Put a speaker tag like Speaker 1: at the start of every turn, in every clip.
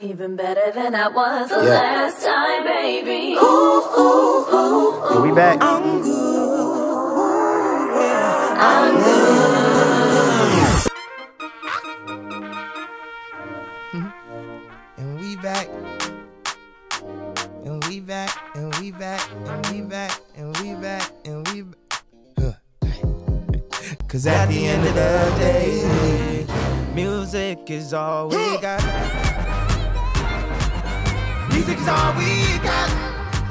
Speaker 1: Even better than I was the
Speaker 2: Yeah.
Speaker 1: last time, baby.
Speaker 2: We back.
Speaker 3: And we back. And we back. And we back. And we back. And we back. And we. b- Huh. Cause at the end of the day, music is all we got. Music is all we got.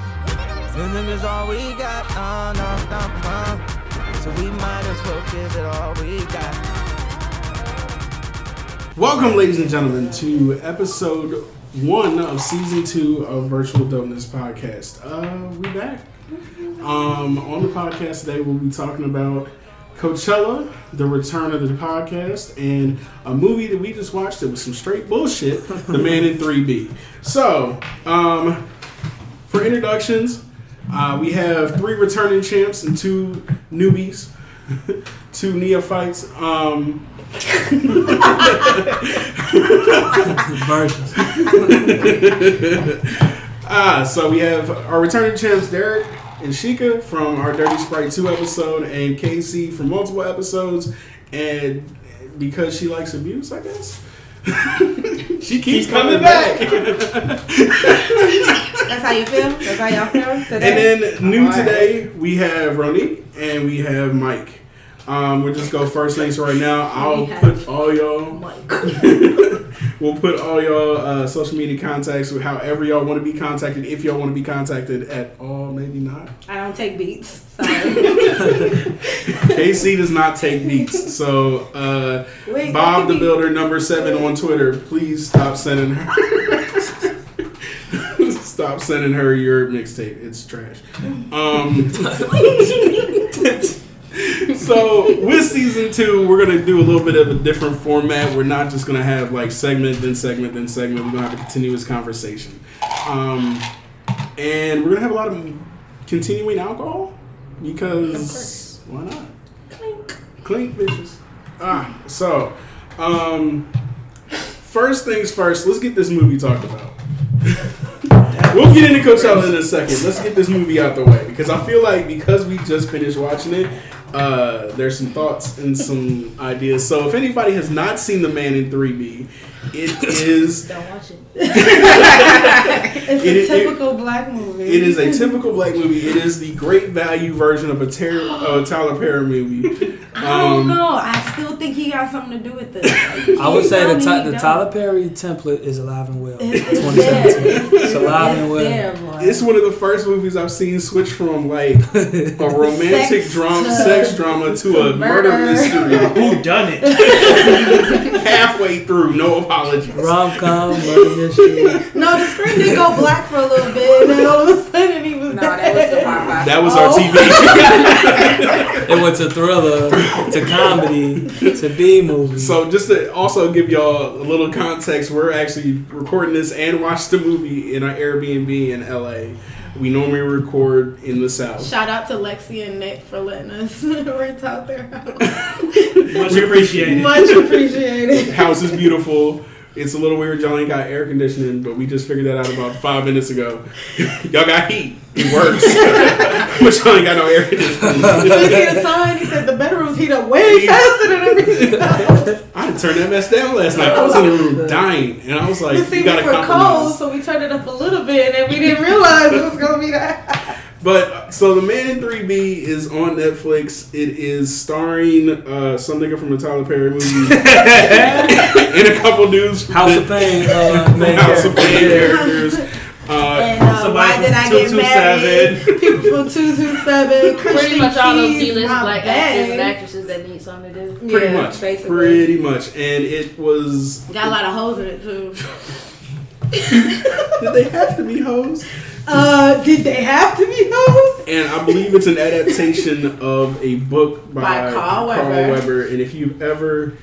Speaker 3: Music is all we got. Uh, no, no, uh. So we might as well give it all we got.
Speaker 4: Welcome, ladies and gentlemen, to episode one of season two of Virtual Dumbness Podcast. Uh, we back. Um, on the podcast today, we'll be talking about Coachella, the return of the podcast, and a movie that we just watched that was some straight bullshit, The Man in 3B. So, um, for introductions, uh, we have three returning champs and two newbies, two neophytes. Um, Ah, so we have our returning champs Derek and Sheikah from our Dirty Sprite 2 episode and KC from multiple episodes and because she likes abuse, I guess. she keeps coming, back.
Speaker 5: That's how you feel? That's how y'all feel
Speaker 4: and
Speaker 5: today?
Speaker 4: then new
Speaker 5: Alright.
Speaker 4: today, we have Ronique and we have Mike. Um, we'll just go first things right now. I'll put all y'all we'll put all y'all uh, social media contacts with however y'all want to be contacted, if y'all want to be contacted at all, maybe not.
Speaker 5: I don't take beats. Sorry.
Speaker 4: KC does not take beats. So, uh,
Speaker 5: Wait,
Speaker 4: Bob
Speaker 5: that could
Speaker 4: the
Speaker 5: be-
Speaker 4: Builder, number seven on Twitter, please stop sending her. stop sending her your mixtape. It's trash. Um, so, with season two, we're going to do a little bit of a different format. We're not just going to have like segment, then segment, then segment. We're going to have a continuous conversation. Um, and we're going to have a lot of continuing alcohol because why not? Clink bitches. Ah, so, um, first things first, let's get this movie talked about. we'll get into Coachella in a second. Let's get this movie out the way because I feel like because we just finished watching it, uh, there's some thoughts and some ideas. So, if anybody has not seen The Man in 3B, it is
Speaker 6: Don't watch it.
Speaker 5: It's
Speaker 4: It
Speaker 5: a
Speaker 4: is- it-
Speaker 5: typical black movie.
Speaker 4: It is a typical black movie. It is the great value version of a, ter- uh, Tyler Perry movie.
Speaker 5: I don't
Speaker 4: Um,
Speaker 5: know. I still think he got something to do with this.
Speaker 7: I would say
Speaker 5: Tell
Speaker 7: the,
Speaker 5: me
Speaker 7: Ty
Speaker 5: he
Speaker 7: the
Speaker 5: don't.
Speaker 7: Tyler Perry template is alive and well.
Speaker 5: It's, it's
Speaker 7: 2017.
Speaker 5: there. It's,
Speaker 7: It's alive and well.
Speaker 5: there, boy.
Speaker 4: It's one of the first movies I've seen switch from like a romantic
Speaker 5: Sex
Speaker 4: drama,
Speaker 5: to-
Speaker 4: sex drama to a murder,
Speaker 5: murder.
Speaker 4: mystery
Speaker 8: Who done it?
Speaker 4: halfway through. No apologies.
Speaker 7: Rom com, murder mystery.
Speaker 5: No, the screen did go black for a little bit, and then all of a sudden he was
Speaker 6: No,
Speaker 5: there.
Speaker 6: that was the part.
Speaker 4: That was our
Speaker 5: Oh.
Speaker 4: TV.
Speaker 7: It went to thriller, to comedy, to B movie.
Speaker 4: so just to also give y'all a little context, we're actually recording this and watch the movie in our Airbnb in LA. We normally record in the South.
Speaker 5: Shout out to Lexi and Nick for letting us rent out their house.
Speaker 8: Much appreciated.
Speaker 5: Much appreciated.
Speaker 4: house is beautiful. It's a little weird. Y'all ain't got air conditioning, but we just figured that out about five minutes ago. y'all got heat. It works. but y'all ain't got no air
Speaker 5: We see
Speaker 4: conditioning.
Speaker 5: the sign. He said the bedrooms heat up way faster than everything else.
Speaker 4: I had to turn that mess down last night. I was in the room dying, and I was like,
Speaker 5: We see
Speaker 4: "You
Speaker 5: we
Speaker 4: gotta
Speaker 5: were cold,
Speaker 4: compromise."
Speaker 5: so we turned it up a little bit, and we didn't realize it was gonna be that.
Speaker 4: But uh, so, The Man in 3B is on Netflix. It is starring uh, some nigga from a Tyler Perry movie and a couple dudes from
Speaker 7: House of Pain, uh,
Speaker 4: from
Speaker 7: main
Speaker 4: House of Pain
Speaker 7: character.
Speaker 4: characters. Uh,
Speaker 5: And uh,
Speaker 8: Somebody
Speaker 5: why
Speaker 8: from
Speaker 5: did I get married?
Speaker 8: 227.
Speaker 5: People from two two seven.
Speaker 6: Pretty much all those D-list black actors and actresses that need something to do.
Speaker 4: pretty much
Speaker 5: Basically.
Speaker 4: pretty much and it was
Speaker 5: Got a lot of hoes in it too.
Speaker 4: did they have to be hoes
Speaker 5: Uh, did they have to be hoes?
Speaker 4: and i believe it's an adaptation of a book by,
Speaker 5: By Carl Weber.
Speaker 4: and if you've ever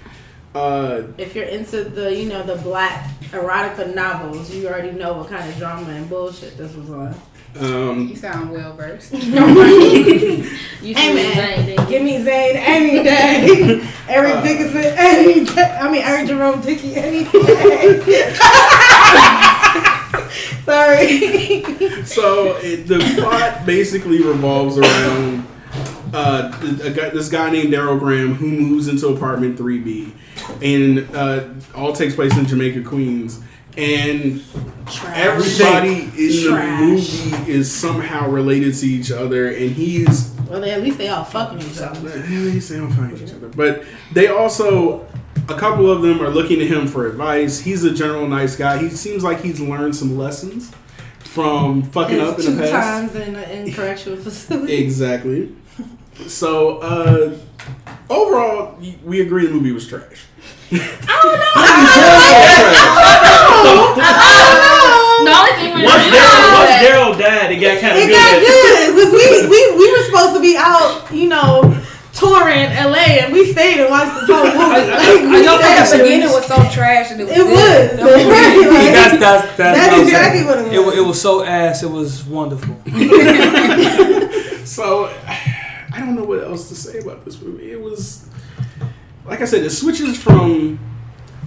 Speaker 4: uh
Speaker 5: If you're into the, you know, the black erotica novels, you already know what kind of drama and bullshit this was on.
Speaker 4: um
Speaker 6: You sound well versed. You
Speaker 5: Hey,
Speaker 6: should
Speaker 5: man.
Speaker 6: resign then.
Speaker 5: Give me Zayn any day.
Speaker 8: Uh.
Speaker 5: Eric Dickinson any day. I mean, Eric Jerome Dickey any day.
Speaker 4: so it, the plot basically revolves around uh, th- a guy, this guy named Daryl Graham who moves into apartment 3B, and uh, all takes place in Jamaica, Queens. And everybody in
Speaker 5: Trash.
Speaker 4: the movie is somehow related to each other, and uh, he's
Speaker 5: Well, they, at least they all fucking each other.
Speaker 4: they sound fine to each other, but they also a couple of them are looking to him for advice. He's a general nice guy. He seems like he's learned some lessons from fucking up
Speaker 5: It's
Speaker 4: in
Speaker 5: two
Speaker 4: the past.
Speaker 5: times in the correctional facility.
Speaker 4: Exactly. So, uh, overall, y- we agree the movie was trash.
Speaker 5: Oh,
Speaker 6: The only thing we
Speaker 8: Once
Speaker 6: really
Speaker 8: Daryl, once
Speaker 6: that
Speaker 8: Daryl died, it got kind of
Speaker 5: It
Speaker 8: good.
Speaker 5: got good. 'cause We, we, we were supposed to be out, you know, touring LA and we stayed and watched this whole movie. Like, we
Speaker 9: the
Speaker 5: stayed.
Speaker 9: beginning was so trash and it was.
Speaker 5: It was. Right,
Speaker 7: that's,
Speaker 5: like,
Speaker 7: that's, that's,
Speaker 5: That's
Speaker 7: what I'm
Speaker 5: exactly
Speaker 7: saying.
Speaker 5: what it
Speaker 7: It, wa-
Speaker 5: was.
Speaker 7: it was so ass. It was wonderful.
Speaker 4: So, I don't know what else to say about this movie. It was, like I said, it switches from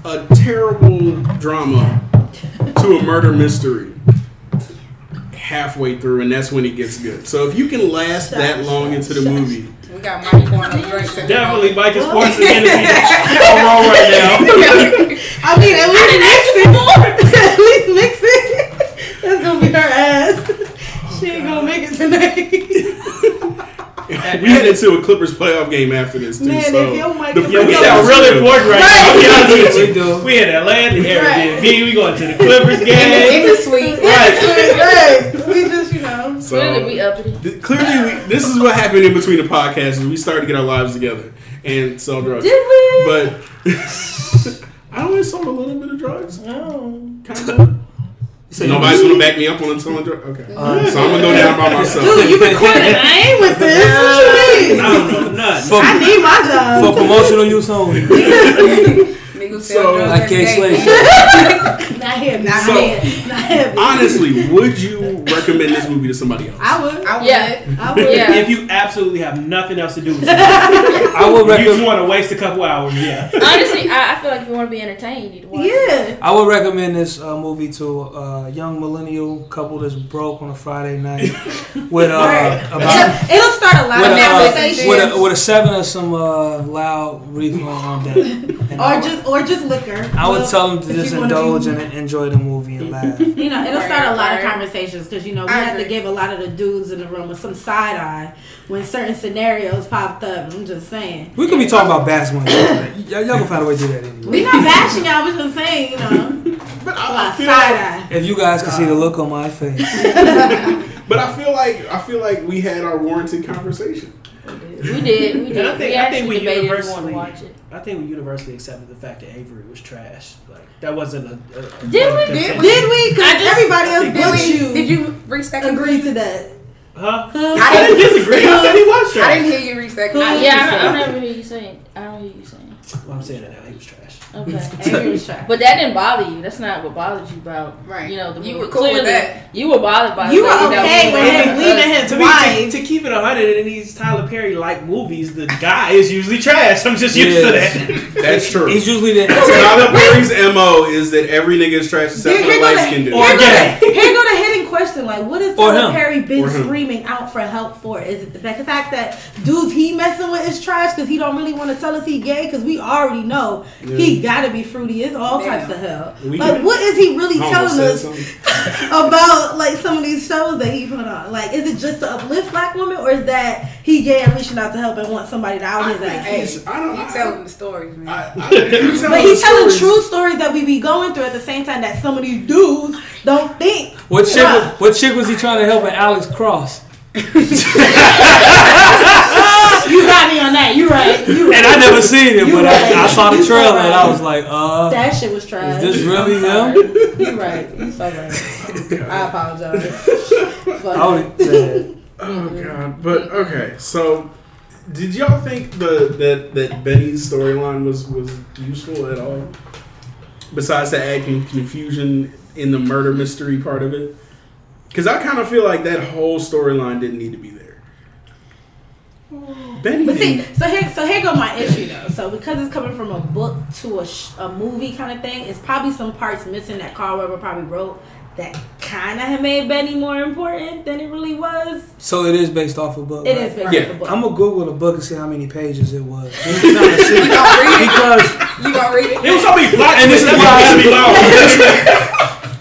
Speaker 4: a terrible drama to a murder mystery halfway through, and that's when it gets good. So, if you can last that long into the movie,
Speaker 9: We got Mike pouring up drinks. at the
Speaker 8: Definitely, Mike is forcing the energy all wrong right now.
Speaker 5: I mean, at least mix it. at least mix it. That's gonna be her ass. She ain't gonna make it tonight.
Speaker 4: we head into a Clippers playoff game after this, too.
Speaker 5: Man, if
Speaker 4: so
Speaker 5: your mic
Speaker 4: the
Speaker 5: is-
Speaker 8: Yeah, we
Speaker 4: breakdown
Speaker 8: sound
Speaker 4: was
Speaker 8: really
Speaker 4: good.
Speaker 8: important right now. I'll be honest with you.
Speaker 7: We do.
Speaker 8: We in Atlanta, Airbnb.
Speaker 5: Right.
Speaker 8: We going to the Clippers
Speaker 9: In
Speaker 8: game.
Speaker 9: the suite.
Speaker 8: Right.
Speaker 5: right. We just, you know.
Speaker 4: So-
Speaker 6: clearly we upped it.
Speaker 4: Th- Clearly, we, this is what happened in between the podcasts. Is we started to get our lives together and sell drugs.
Speaker 5: Did we?
Speaker 4: But I only sold a little bit of drugs.
Speaker 5: No.
Speaker 4: Kind of. Nobody's gonna back me up on selling drugs. Okay,
Speaker 7: Uh,
Speaker 4: so I'm gonna go down by myself.
Speaker 5: Dude, you been quitting. I ain't with this. What you mean?
Speaker 8: I don't know nothing.
Speaker 7: For,
Speaker 5: I need my job.
Speaker 7: for promotional use only.
Speaker 9: Niggas
Speaker 4: So,
Speaker 9: sell drugs
Speaker 7: I
Speaker 9: every
Speaker 7: can't
Speaker 9: day.
Speaker 7: slay shit.
Speaker 5: Not here. Not
Speaker 4: So-
Speaker 5: here. Not here.
Speaker 4: Honestly, would you recommend this movie to somebody else?
Speaker 5: I would.
Speaker 9: I would.
Speaker 6: Yeah.
Speaker 5: I would.
Speaker 6: Yeah.
Speaker 8: If you absolutely have nothing else to do, with it,
Speaker 7: I would
Speaker 8: you just
Speaker 7: recommend.
Speaker 8: want to waste a couple hours. Yeah.
Speaker 6: Honestly, I, I feel like if you want to be entertained, you need to watch. it.
Speaker 5: Yeah.
Speaker 7: I would recommend this uh, movie to a uh, young millennial couple that's broke on a Friday night with uh,
Speaker 5: Right.
Speaker 7: about,
Speaker 5: It'll start a lot
Speaker 7: with,
Speaker 5: of
Speaker 7: a, uh,
Speaker 5: conversations.
Speaker 7: with, a, with a seven or some uh, loud reef on deck. And
Speaker 5: or
Speaker 7: I would-
Speaker 5: just or just liquor.
Speaker 7: I would
Speaker 5: Well,
Speaker 7: tell them to
Speaker 5: if
Speaker 7: just
Speaker 5: you wanna
Speaker 7: indulge
Speaker 5: be-
Speaker 7: and enjoy the movie and laugh.
Speaker 5: You know, it'll start a lot of
Speaker 9: Right.
Speaker 5: conversations because you know we
Speaker 9: I
Speaker 5: had to
Speaker 9: agree.
Speaker 5: give a lot of the dudes in the room with some side eye when certain scenarios popped up. I'm just saying.
Speaker 7: We could be talking about basketball. y'all, y'all gonna find a way to do that anyway.
Speaker 5: We're not bashing y'all. We're just saying, you know,
Speaker 4: But
Speaker 5: a
Speaker 4: I,
Speaker 5: lot
Speaker 4: I
Speaker 5: of
Speaker 4: feel,
Speaker 5: side eye.
Speaker 7: If you guys can see the look on my face,
Speaker 4: but I feel like I feel like we had our warranted conversation.
Speaker 6: We did. We did.
Speaker 8: And I think-
Speaker 6: we
Speaker 8: I
Speaker 6: actually
Speaker 8: think
Speaker 6: debated
Speaker 8: we
Speaker 6: if we wanted
Speaker 8: universally-
Speaker 6: to watch it.
Speaker 8: I think we universally accepted the fact that Avery was trash. Like that wasn't a. a a-
Speaker 6: Did we?
Speaker 9: Did we?
Speaker 5: Did we?
Speaker 6: I
Speaker 5: Because
Speaker 6: just-
Speaker 5: everybody else
Speaker 9: Did
Speaker 5: but
Speaker 9: we?
Speaker 5: you,
Speaker 9: Did you reach that
Speaker 5: agree
Speaker 9: conclusion?
Speaker 5: to that.
Speaker 8: Huh?
Speaker 9: I
Speaker 8: I
Speaker 9: didn't-
Speaker 8: didn't disagree. I said he was
Speaker 9: I
Speaker 8: trash.
Speaker 9: didn't hear you reach that
Speaker 6: I,
Speaker 9: conclusion.
Speaker 6: yeah, I, don't- I don't ever hear you saying. I don't hear you saying.
Speaker 8: Well, I'm saying that now. He was trash.
Speaker 6: Okay.
Speaker 5: Angry was shy.
Speaker 6: But that didn't bother you. That's not what bothered you about.
Speaker 9: Right.
Speaker 6: You know, the
Speaker 9: You
Speaker 6: movie.
Speaker 9: were cool with
Speaker 6: Clearly,
Speaker 9: that.
Speaker 6: You were bothered by. the
Speaker 5: You were
Speaker 6: fact that
Speaker 5: okay
Speaker 6: we
Speaker 5: with
Speaker 6: were
Speaker 5: him leaving his
Speaker 8: uh, To me,
Speaker 5: wife.
Speaker 8: to, to keep it 100 in these Tyler Perry like movies, the guy is usually trash. I'm just used
Speaker 7: Yes.
Speaker 8: to that.
Speaker 4: That's true.
Speaker 7: he's usually the.
Speaker 4: Tyler Perry's mo is that every nigga is trash except
Speaker 5: Here-
Speaker 4: for the
Speaker 5: here go
Speaker 4: light
Speaker 5: the-
Speaker 4: skinned dude.
Speaker 8: Or
Speaker 5: Here go
Speaker 8: gay.
Speaker 5: the- here go the hidden question. Like, what has
Speaker 7: Or
Speaker 5: Tyler
Speaker 7: him.
Speaker 5: Perry been
Speaker 4: Or him.
Speaker 5: screaming out for help for? Is it the fact the fact that dudes he messing with is trash because he don't really want to tell us he gay? Because we already know he gotta be fruity. It's all
Speaker 9: Yeah.
Speaker 5: types of hell.
Speaker 4: We
Speaker 5: like,
Speaker 4: can-
Speaker 5: what is he really
Speaker 4: I
Speaker 5: telling
Speaker 4: almost said
Speaker 5: us
Speaker 4: something.
Speaker 5: about like some of these shows that he put on? Like, is it just to uplift black women, or is that he gay and reaching out to help and want somebody to out his ass?
Speaker 9: Hey,
Speaker 4: I don't-
Speaker 9: you telling the stories, man.
Speaker 4: I- I- you tell
Speaker 5: But
Speaker 4: the
Speaker 5: he's telling
Speaker 4: stories.
Speaker 5: true stories that we be going through at the same time that some of these dudes don't think.
Speaker 7: What chick? was- What chick was he trying to help? And Alex Cross.
Speaker 5: You got me on that. You right. You right.
Speaker 7: And I never seen it,
Speaker 5: You
Speaker 7: but
Speaker 5: right.
Speaker 7: I, I saw the
Speaker 5: You so
Speaker 7: trailer and I
Speaker 5: right.
Speaker 7: was like, uh,
Speaker 5: That shit was
Speaker 7: is
Speaker 5: trash.
Speaker 7: this really him?
Speaker 5: You right. You so right. I apologize.
Speaker 7: I
Speaker 5: Fuck.
Speaker 7: would say
Speaker 4: Oh god! But okay, so did y'all think the that that Benny's storyline was was useful at all? Besides the acting confusion in the murder mystery part of it, because I kind of feel like that whole storyline didn't need to be there. Benny,
Speaker 5: But see,
Speaker 4: didn't-
Speaker 5: so here, so here go my issue though. So because it's coming from a book to a, sh- a movie kind of thing, it's probably some parts missing that Carl Weber probably wrote that kind of made Benny more important than it really was.
Speaker 7: So it is based off a book.
Speaker 5: It
Speaker 7: right?
Speaker 5: is based
Speaker 4: Yeah.
Speaker 5: on the book.
Speaker 7: I'm gonna Google the book and see how many pages it was. because
Speaker 9: You gonna read it?
Speaker 8: It was so many black
Speaker 7: And this
Speaker 8: niggas
Speaker 7: is
Speaker 8: that be loud.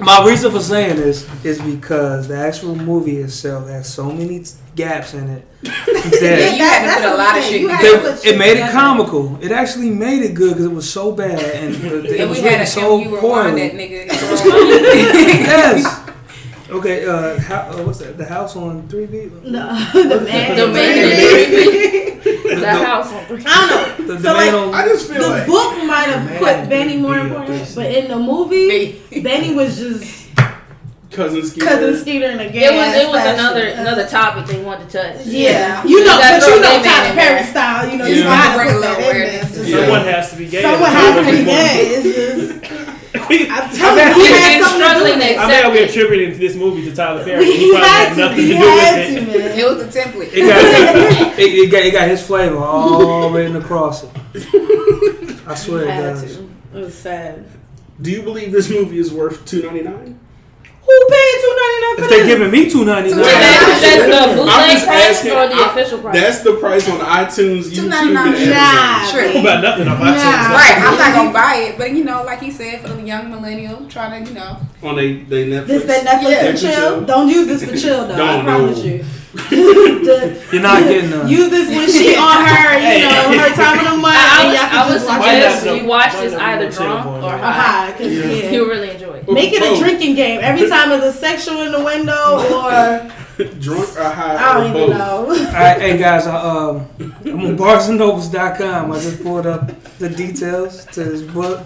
Speaker 7: my reason for saying this is because the actual movie itself has so many t- gaps in it that
Speaker 9: you had to put a
Speaker 5: what
Speaker 9: lot
Speaker 5: I'm
Speaker 9: of
Speaker 5: saying.
Speaker 9: shit
Speaker 5: You
Speaker 9: in
Speaker 5: had
Speaker 9: there.
Speaker 5: to
Speaker 7: They-
Speaker 5: put
Speaker 7: it
Speaker 5: shit
Speaker 7: made it
Speaker 5: together.
Speaker 7: comical. It actually made it good because it was so bad and the, the, it
Speaker 9: And we
Speaker 7: was
Speaker 9: had
Speaker 7: written
Speaker 9: a
Speaker 7: so
Speaker 9: you rewind that
Speaker 7: poorly.
Speaker 9: nigga.
Speaker 7: yes. Okay. Uh, how, uh, what's that? The house on three B.
Speaker 5: No, the man.
Speaker 6: The man. the house on three.
Speaker 5: I don't
Speaker 7: The,
Speaker 5: know.
Speaker 7: the
Speaker 5: so
Speaker 7: man
Speaker 5: like,
Speaker 7: on.
Speaker 4: I just
Speaker 5: the
Speaker 4: feel like
Speaker 5: book might have put
Speaker 7: Man,
Speaker 5: Benny more
Speaker 7: yeah,
Speaker 5: important,
Speaker 7: this-
Speaker 5: but in the movie, Benny was just
Speaker 4: cousin Skeeter.
Speaker 5: cousin Skeeter in a gay.
Speaker 6: It was it was
Speaker 5: ass
Speaker 6: another
Speaker 5: fashion.
Speaker 6: another topic they wanted to touch.
Speaker 5: Uh, Yeah,
Speaker 9: Yeah.
Speaker 5: you know,
Speaker 6: That's
Speaker 5: but you
Speaker 6: what
Speaker 5: know
Speaker 6: they made
Speaker 5: Tyler
Speaker 6: it
Speaker 5: Perry
Speaker 6: like.
Speaker 5: style. You know, you
Speaker 4: Yeah.
Speaker 5: gotta
Speaker 9: Bring a
Speaker 5: put
Speaker 9: little
Speaker 5: that in there. It's
Speaker 9: awareness.
Speaker 5: just-
Speaker 4: Yeah.
Speaker 8: Someone has to be gay.
Speaker 5: Someone has to be gay. It's just, I'm telling you,
Speaker 6: He
Speaker 5: he had
Speaker 6: been
Speaker 5: something to do
Speaker 6: struggling
Speaker 5: with
Speaker 6: to
Speaker 5: it.
Speaker 8: I think I'll be
Speaker 6: accept it.
Speaker 8: attributing this movie to Tyler Perry. He
Speaker 5: He
Speaker 8: probably
Speaker 5: had
Speaker 8: had
Speaker 5: to.
Speaker 8: nothing
Speaker 5: He
Speaker 8: to do
Speaker 5: had
Speaker 8: with
Speaker 5: to,
Speaker 8: it.
Speaker 5: man.
Speaker 9: It was a template.
Speaker 7: It got, it, it got it got his flavor all written across it. I swear it does.
Speaker 5: Attitude. It was sad.
Speaker 4: Do you believe this movie is worth two ninety nine?
Speaker 5: Who paid two ninety nine
Speaker 7: If
Speaker 5: for
Speaker 7: they
Speaker 5: this?
Speaker 7: giving me two ninety
Speaker 6: Is
Speaker 7: nine,
Speaker 9: $2.99.
Speaker 6: that, is that the
Speaker 4: I'm
Speaker 6: bootleg
Speaker 4: just
Speaker 6: price
Speaker 4: asking.
Speaker 6: or the
Speaker 4: I-
Speaker 6: official price?
Speaker 4: That's the price on iTunes, YouTube, and
Speaker 9: $2.99.
Speaker 4: Amazon.
Speaker 5: Nah,
Speaker 9: Sure.
Speaker 5: man.
Speaker 8: About nothing on
Speaker 5: Nah.
Speaker 8: my
Speaker 9: Right, I'm not gonna buy it, but you know, like he said, for the young millennial trying to, you know,
Speaker 4: On they, they Netflix.
Speaker 5: This that Netflix
Speaker 9: Yeah.
Speaker 5: and chill. Don't use this for chill though. I
Speaker 4: Don't,
Speaker 5: promise
Speaker 4: no.
Speaker 5: you. The-
Speaker 7: you're not getting none.
Speaker 5: use this when she on her, you know, her time of the month.
Speaker 6: I, I
Speaker 5: and
Speaker 6: was,
Speaker 5: y'all
Speaker 6: I
Speaker 5: can just watch it.
Speaker 6: would
Speaker 8: Why not?
Speaker 6: suggest you watch this
Speaker 8: Why not?
Speaker 6: either
Speaker 8: Why not?
Speaker 6: drunk or
Speaker 5: Or
Speaker 6: high.
Speaker 5: high, 'cause,
Speaker 4: Yeah.
Speaker 5: yeah.
Speaker 6: You'll really enjoy it.
Speaker 5: Make it a
Speaker 4: Both.
Speaker 5: drinking game. Every time there's a sexual in the window or
Speaker 4: Drunk or high?
Speaker 5: I don't
Speaker 4: or
Speaker 5: even
Speaker 4: both.
Speaker 5: know.
Speaker 7: All right, hey guys, I, um, I'm on BarnesandNobles.com. I just pulled up the details to this book,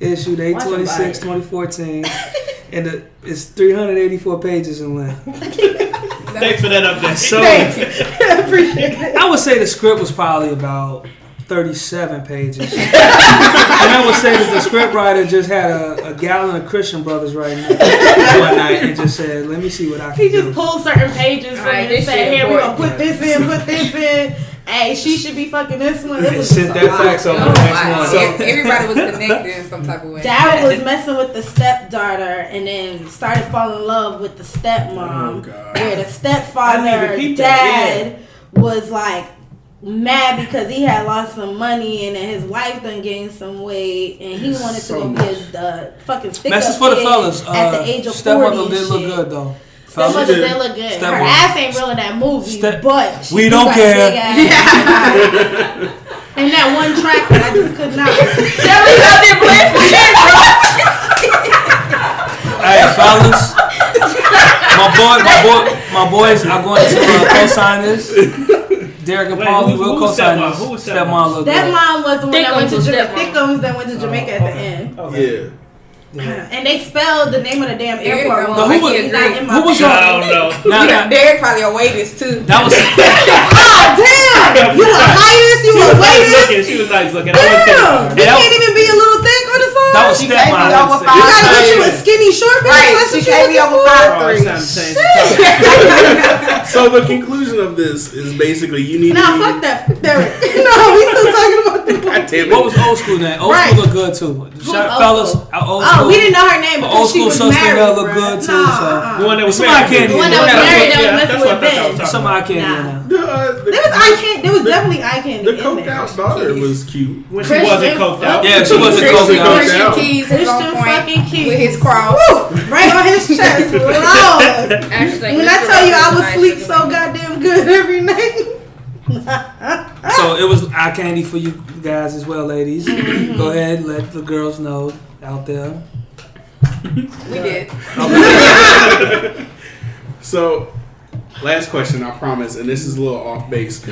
Speaker 7: issued 8 26 2014, and the, it's 384 pages in length.
Speaker 8: Thanks for that update.
Speaker 7: So
Speaker 5: Thanks. Appreciate it.
Speaker 7: I would say the script was probably about 37 pages. and I would say that the script writer just had a, a gallon of Christian Brothers right now one night and just said, let me see what I can
Speaker 5: He
Speaker 7: do.
Speaker 5: just pulled certain pages from
Speaker 6: Alright,
Speaker 5: it and
Speaker 6: this
Speaker 5: said,
Speaker 6: shit
Speaker 5: here, we're going to
Speaker 6: important.
Speaker 5: put this in, put this in. Hey, she should be fucking this one. It
Speaker 7: and
Speaker 5: was
Speaker 7: sent
Speaker 5: just a
Speaker 7: that
Speaker 5: lot.
Speaker 7: fax over
Speaker 9: oh,
Speaker 7: the next
Speaker 9: wow.
Speaker 7: morning.
Speaker 9: Ev- everybody was connected in some type of way.
Speaker 5: Dad was messing with the stepdaughter and then started falling in love with the
Speaker 4: Oh
Speaker 5: stepmom.
Speaker 4: god.
Speaker 5: where the
Speaker 8: I
Speaker 5: stepfather
Speaker 8: didn't even peep that,
Speaker 5: dad was like mad because he had lost some money and then his wife done gained some weight and he wanted
Speaker 4: So
Speaker 5: to go
Speaker 4: much.
Speaker 5: get the fucking stick
Speaker 7: Message
Speaker 5: up
Speaker 7: for the
Speaker 5: kid
Speaker 7: fellas.
Speaker 5: at
Speaker 7: Uh,
Speaker 5: the age of 40
Speaker 7: stepmother
Speaker 5: and
Speaker 7: did
Speaker 5: shit.
Speaker 7: look good though.
Speaker 5: Stepmother
Speaker 4: Stepmother
Speaker 7: Fellas,
Speaker 5: did look good. Her
Speaker 7: Stepmother.
Speaker 5: ass ain't real in that movie,
Speaker 7: Step-
Speaker 5: but she
Speaker 7: We
Speaker 5: do
Speaker 7: don't
Speaker 5: got
Speaker 7: care.
Speaker 5: big ass. and that one track that I just could not.
Speaker 6: Shelly out there playing for shit, bro.
Speaker 7: hey fellas, my boy, my boy, my boys are going to uh, co-sign this. Derek and
Speaker 8: Wait,
Speaker 7: Paul
Speaker 8: who-
Speaker 7: will
Speaker 8: who
Speaker 7: co-sign
Speaker 8: stepmom?
Speaker 7: this.
Speaker 8: Who was
Speaker 7: Stepmom
Speaker 8: stepmom?
Speaker 7: look
Speaker 5: That
Speaker 7: good.
Speaker 5: mom was the one that
Speaker 6: Thickums
Speaker 5: went to
Speaker 6: was
Speaker 5: Jamaica.
Speaker 6: that
Speaker 5: Thickums that went to Jamaica at the end.
Speaker 4: Yeah.
Speaker 7: Oh, Yeah.
Speaker 5: And they spelled the name of the damn
Speaker 9: There you
Speaker 5: airport
Speaker 9: go.
Speaker 5: wrong.
Speaker 7: No, who
Speaker 5: Like,
Speaker 7: was-
Speaker 5: it's not in my-
Speaker 7: who was
Speaker 8: So, I don't know.
Speaker 7: Nah,
Speaker 9: You
Speaker 7: nah,
Speaker 9: know, Derek probably a waitress too.
Speaker 7: that was
Speaker 5: God damn! You a hires, you
Speaker 8: She
Speaker 5: a
Speaker 8: was nice
Speaker 5: waiters.
Speaker 8: looking. She was nice looking. I wouldn't think about
Speaker 5: Damn!
Speaker 8: her.
Speaker 5: They
Speaker 7: Yeah.
Speaker 5: can't even be a little thing on the side.
Speaker 7: that was
Speaker 9: She gave me
Speaker 7: stepmom.
Speaker 9: over
Speaker 7: That's it.
Speaker 5: you
Speaker 9: five
Speaker 5: gotta get you a
Speaker 9: times.
Speaker 5: skinny short bitch.
Speaker 9: Right,
Speaker 5: That's
Speaker 9: she
Speaker 5: what
Speaker 9: gave me
Speaker 5: you
Speaker 9: over
Speaker 8: Oh,
Speaker 9: five
Speaker 8: it's
Speaker 9: three.
Speaker 8: time to change the
Speaker 4: So the conclusion of this is basically you need
Speaker 5: Nah,
Speaker 4: to.
Speaker 5: fuck that. Derek. no, we still talking about the
Speaker 4: God damn it.
Speaker 7: What was old school name? Old
Speaker 5: Right.
Speaker 7: school look good too. Shout,
Speaker 5: old
Speaker 7: fellas,
Speaker 5: school?
Speaker 7: our old school.
Speaker 5: Oh, we didn't know her name
Speaker 7: The
Speaker 5: because
Speaker 7: old
Speaker 5: she
Speaker 7: school
Speaker 5: was
Speaker 7: sister
Speaker 5: married.
Speaker 7: that look
Speaker 5: bruh.
Speaker 7: good, too,
Speaker 5: Nah,
Speaker 7: so-
Speaker 5: uh-uh.
Speaker 8: The one that was
Speaker 7: Somebody
Speaker 8: married.
Speaker 7: can't
Speaker 5: The one that was
Speaker 7: Yeah,
Speaker 5: married
Speaker 8: yeah,
Speaker 5: that was
Speaker 8: that's
Speaker 5: messing with
Speaker 8: what I thought y'all was
Speaker 5: Ben.
Speaker 8: talking
Speaker 7: Some eye candy
Speaker 5: Nah.
Speaker 7: in there.
Speaker 4: The, uh, the,
Speaker 5: There was eye candy. There was definitely eye candy
Speaker 4: the
Speaker 5: in
Speaker 4: coked
Speaker 5: there.
Speaker 4: out daughter was cute.
Speaker 8: When she
Speaker 5: Christian
Speaker 8: wasn't coked out.
Speaker 7: Yeah, she wasn't
Speaker 4: Christian
Speaker 7: coked out.
Speaker 4: Christian
Speaker 9: Christian Keys is
Speaker 5: Christian
Speaker 9: on point
Speaker 5: fucking Keys.
Speaker 9: with his cross.
Speaker 5: right on his chest. Lord.
Speaker 6: Actually,
Speaker 5: When I
Speaker 6: Mr.
Speaker 5: tell you I
Speaker 6: Rogers
Speaker 5: would
Speaker 6: nice
Speaker 5: sleep
Speaker 6: looking.
Speaker 5: so goddamn good every night.
Speaker 7: So it was eye candy for you guys as well, ladies. Go ahead, let the girls know out there.
Speaker 9: We did.
Speaker 4: So, last question, I promise, and this is a little off base.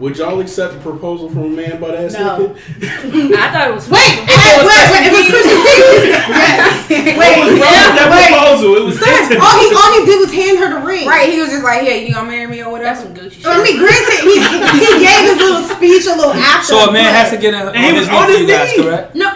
Speaker 4: Would y'all accept a proposal from a man butt ass
Speaker 5: No.
Speaker 4: naked?
Speaker 6: I thought it was
Speaker 5: Wait, wait, wait, wait, it was Christian Keys. Yes.
Speaker 8: What was
Speaker 5: Wait,
Speaker 8: wrong with that
Speaker 5: wait.
Speaker 8: proposal? It was
Speaker 5: Sir, all he all he did was hand her the ring.
Speaker 9: Right, he was just like, "Hey, you gonna marry me or
Speaker 6: That's
Speaker 9: whatever?"
Speaker 6: some Gucci shit.
Speaker 5: I mean, granted, he he gave his little speech a little after.
Speaker 7: So a man
Speaker 5: but-
Speaker 7: has to get in, on
Speaker 8: he
Speaker 7: his
Speaker 8: was
Speaker 7: knees
Speaker 8: on
Speaker 7: for
Speaker 8: his
Speaker 7: you guys,
Speaker 8: knee.
Speaker 7: correct?
Speaker 5: No,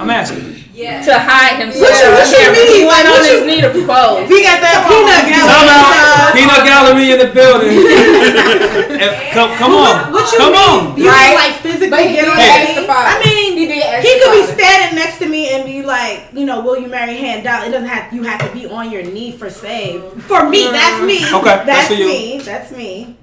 Speaker 7: I'm asking.
Speaker 9: Yeah.
Speaker 6: to hide himself.
Speaker 5: What you- what you mean? Like,
Speaker 6: Like,
Speaker 5: what
Speaker 6: on his
Speaker 5: you-
Speaker 6: knee to propose.
Speaker 5: we got that peanut
Speaker 7: Come out,
Speaker 5: gallery.
Speaker 7: peanut gallery in the building. And come, come on,
Speaker 5: What you
Speaker 7: come
Speaker 5: mean?
Speaker 7: on.
Speaker 5: You
Speaker 9: Right.
Speaker 5: like physically
Speaker 9: But he
Speaker 5: get on
Speaker 9: did
Speaker 5: the
Speaker 9: testify.
Speaker 5: I mean,
Speaker 9: He he did ask
Speaker 5: He
Speaker 9: me
Speaker 5: could be
Speaker 9: about it.
Speaker 5: standing next to me and be like, you know, will you marry hand down? It doesn't have you have to be on your knee for say. For me, that's me.
Speaker 7: Okay,
Speaker 5: that's,
Speaker 7: that's for you.
Speaker 5: me. That's me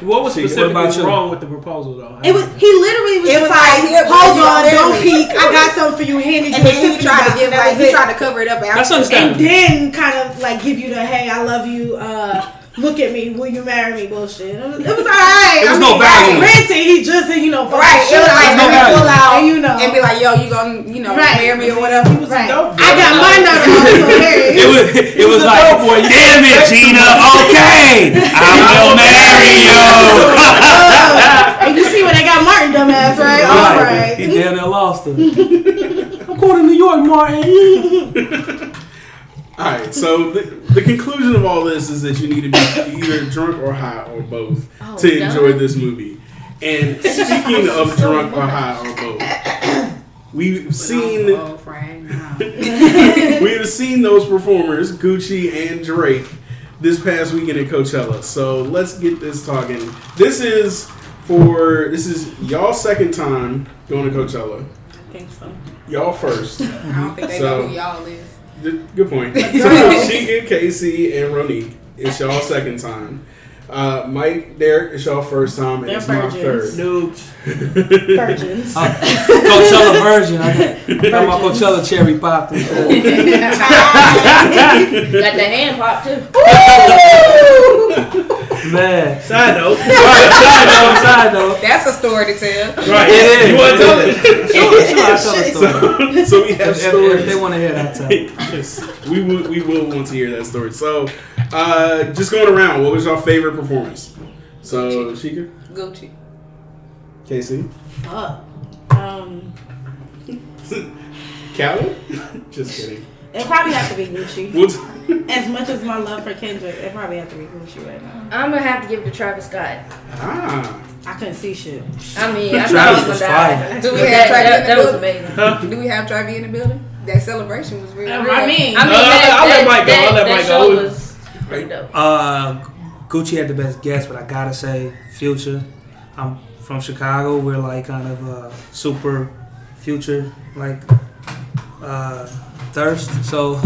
Speaker 8: What was
Speaker 7: See, what
Speaker 8: specifically
Speaker 7: about you?
Speaker 8: wrong with the proposal, though?
Speaker 5: It was he literally was
Speaker 9: It
Speaker 5: just
Speaker 9: was
Speaker 5: like,
Speaker 9: like, yeah,
Speaker 5: hold
Speaker 9: you
Speaker 5: on,
Speaker 9: married
Speaker 5: don't
Speaker 9: me."
Speaker 5: peek. I got something for you handy.
Speaker 9: And then he tried to give like he tried to cover it up. after.
Speaker 7: That's
Speaker 5: and
Speaker 7: understandable.
Speaker 5: then kind of like give you the hey, I love you. uh Look at me, will you marry me? Bullshit. It was, it was all right.
Speaker 7: There
Speaker 5: I
Speaker 7: was no
Speaker 5: mean,
Speaker 7: value.
Speaker 5: Granted, he just said, you know, fucking
Speaker 9: Right, it
Speaker 5: shit
Speaker 9: was
Speaker 5: up
Speaker 9: like,
Speaker 5: and
Speaker 7: let me
Speaker 5: everything,
Speaker 7: pull
Speaker 9: out
Speaker 5: and you know,
Speaker 9: and be like, yo, you gonna you know
Speaker 5: Right.
Speaker 9: marry me or whatever.
Speaker 5: right.
Speaker 8: dope,
Speaker 5: I got mine out of the house, so there
Speaker 7: It
Speaker 5: you go.
Speaker 7: was, it was
Speaker 8: a
Speaker 7: like,
Speaker 8: cowboy. You
Speaker 7: damn it, Gina. Okay, I will marry you.
Speaker 5: Oh, and you see where they got Martin, dumbass, right? All
Speaker 7: Right.
Speaker 5: right.
Speaker 7: He damn near lost her. I'm going to New York, Martin.
Speaker 4: All right. So the, the conclusion of all this is that you need to be either drunk or high or both to
Speaker 6: no.
Speaker 4: enjoy this movie. And speaking of drunk or high or both, we've seen
Speaker 9: Oh, friend, no.
Speaker 4: we've seen those performers Gucci and Drake this past weekend at Coachella. So let's get this talking. This is for this is y'all second time going to Coachella.
Speaker 5: Think so.
Speaker 4: Y'all first.
Speaker 9: I don't think they
Speaker 4: So-
Speaker 9: know who y'all is.
Speaker 4: Good good point. So Sheikah, Casey, and Ronique. It's y'all second time. Uh, Mike, Derek, it's y'all first time, and
Speaker 5: They're
Speaker 4: it's
Speaker 5: virgins.
Speaker 8: Noobs.
Speaker 4: my third.
Speaker 5: Virgins.
Speaker 7: Coachella version. I got my Coachella cherry popped. and shit.
Speaker 6: Got the hand pop too.
Speaker 7: Man.
Speaker 8: Side note.
Speaker 7: Side note, side note.
Speaker 9: That's a story to tell.
Speaker 8: right.
Speaker 7: It is.
Speaker 8: You want to tell it?
Speaker 7: Sure, I'll tell
Speaker 4: So,
Speaker 7: a story.
Speaker 4: so we have
Speaker 7: If, if- if
Speaker 4: stories.
Speaker 7: they want to hear that, tell.
Speaker 4: Yes, we will. We will want to hear that story. So, uh, just going around, what was your favorite performance? So Sheikah,
Speaker 9: Gucci.
Speaker 4: Casey,
Speaker 5: Fuck. Um,
Speaker 4: Callie. Just kidding.
Speaker 5: it probably have to be Gucci.
Speaker 4: What's,
Speaker 5: As much as my love for Kendrick, it probably have to be Gucci right now.
Speaker 6: I'm gonna have to give it to Travis Scott.
Speaker 4: ah,
Speaker 5: I couldn't see shit.
Speaker 6: I mean, I thought I
Speaker 7: Travis was
Speaker 6: was gonna die.
Speaker 9: Do we
Speaker 6: But
Speaker 9: have
Speaker 6: that,
Speaker 9: Travis
Speaker 6: that,
Speaker 9: in
Speaker 6: that
Speaker 9: the
Speaker 6: was
Speaker 9: building?
Speaker 6: amazing.
Speaker 9: Do we have Travi in the building? That celebration was real. real.
Speaker 5: Um, I mean,
Speaker 6: I mean,
Speaker 8: Uh,
Speaker 6: that,
Speaker 8: I'll
Speaker 6: that,
Speaker 8: let Mike go.
Speaker 6: that,
Speaker 8: I'll let
Speaker 6: that
Speaker 8: Mike
Speaker 6: show
Speaker 8: go.
Speaker 6: was pretty dope.
Speaker 7: Uh, Gucci had the best guess, but I gotta say, Future. I'm from Chicago. We're like kind of uh, super Future like uh, thirst. So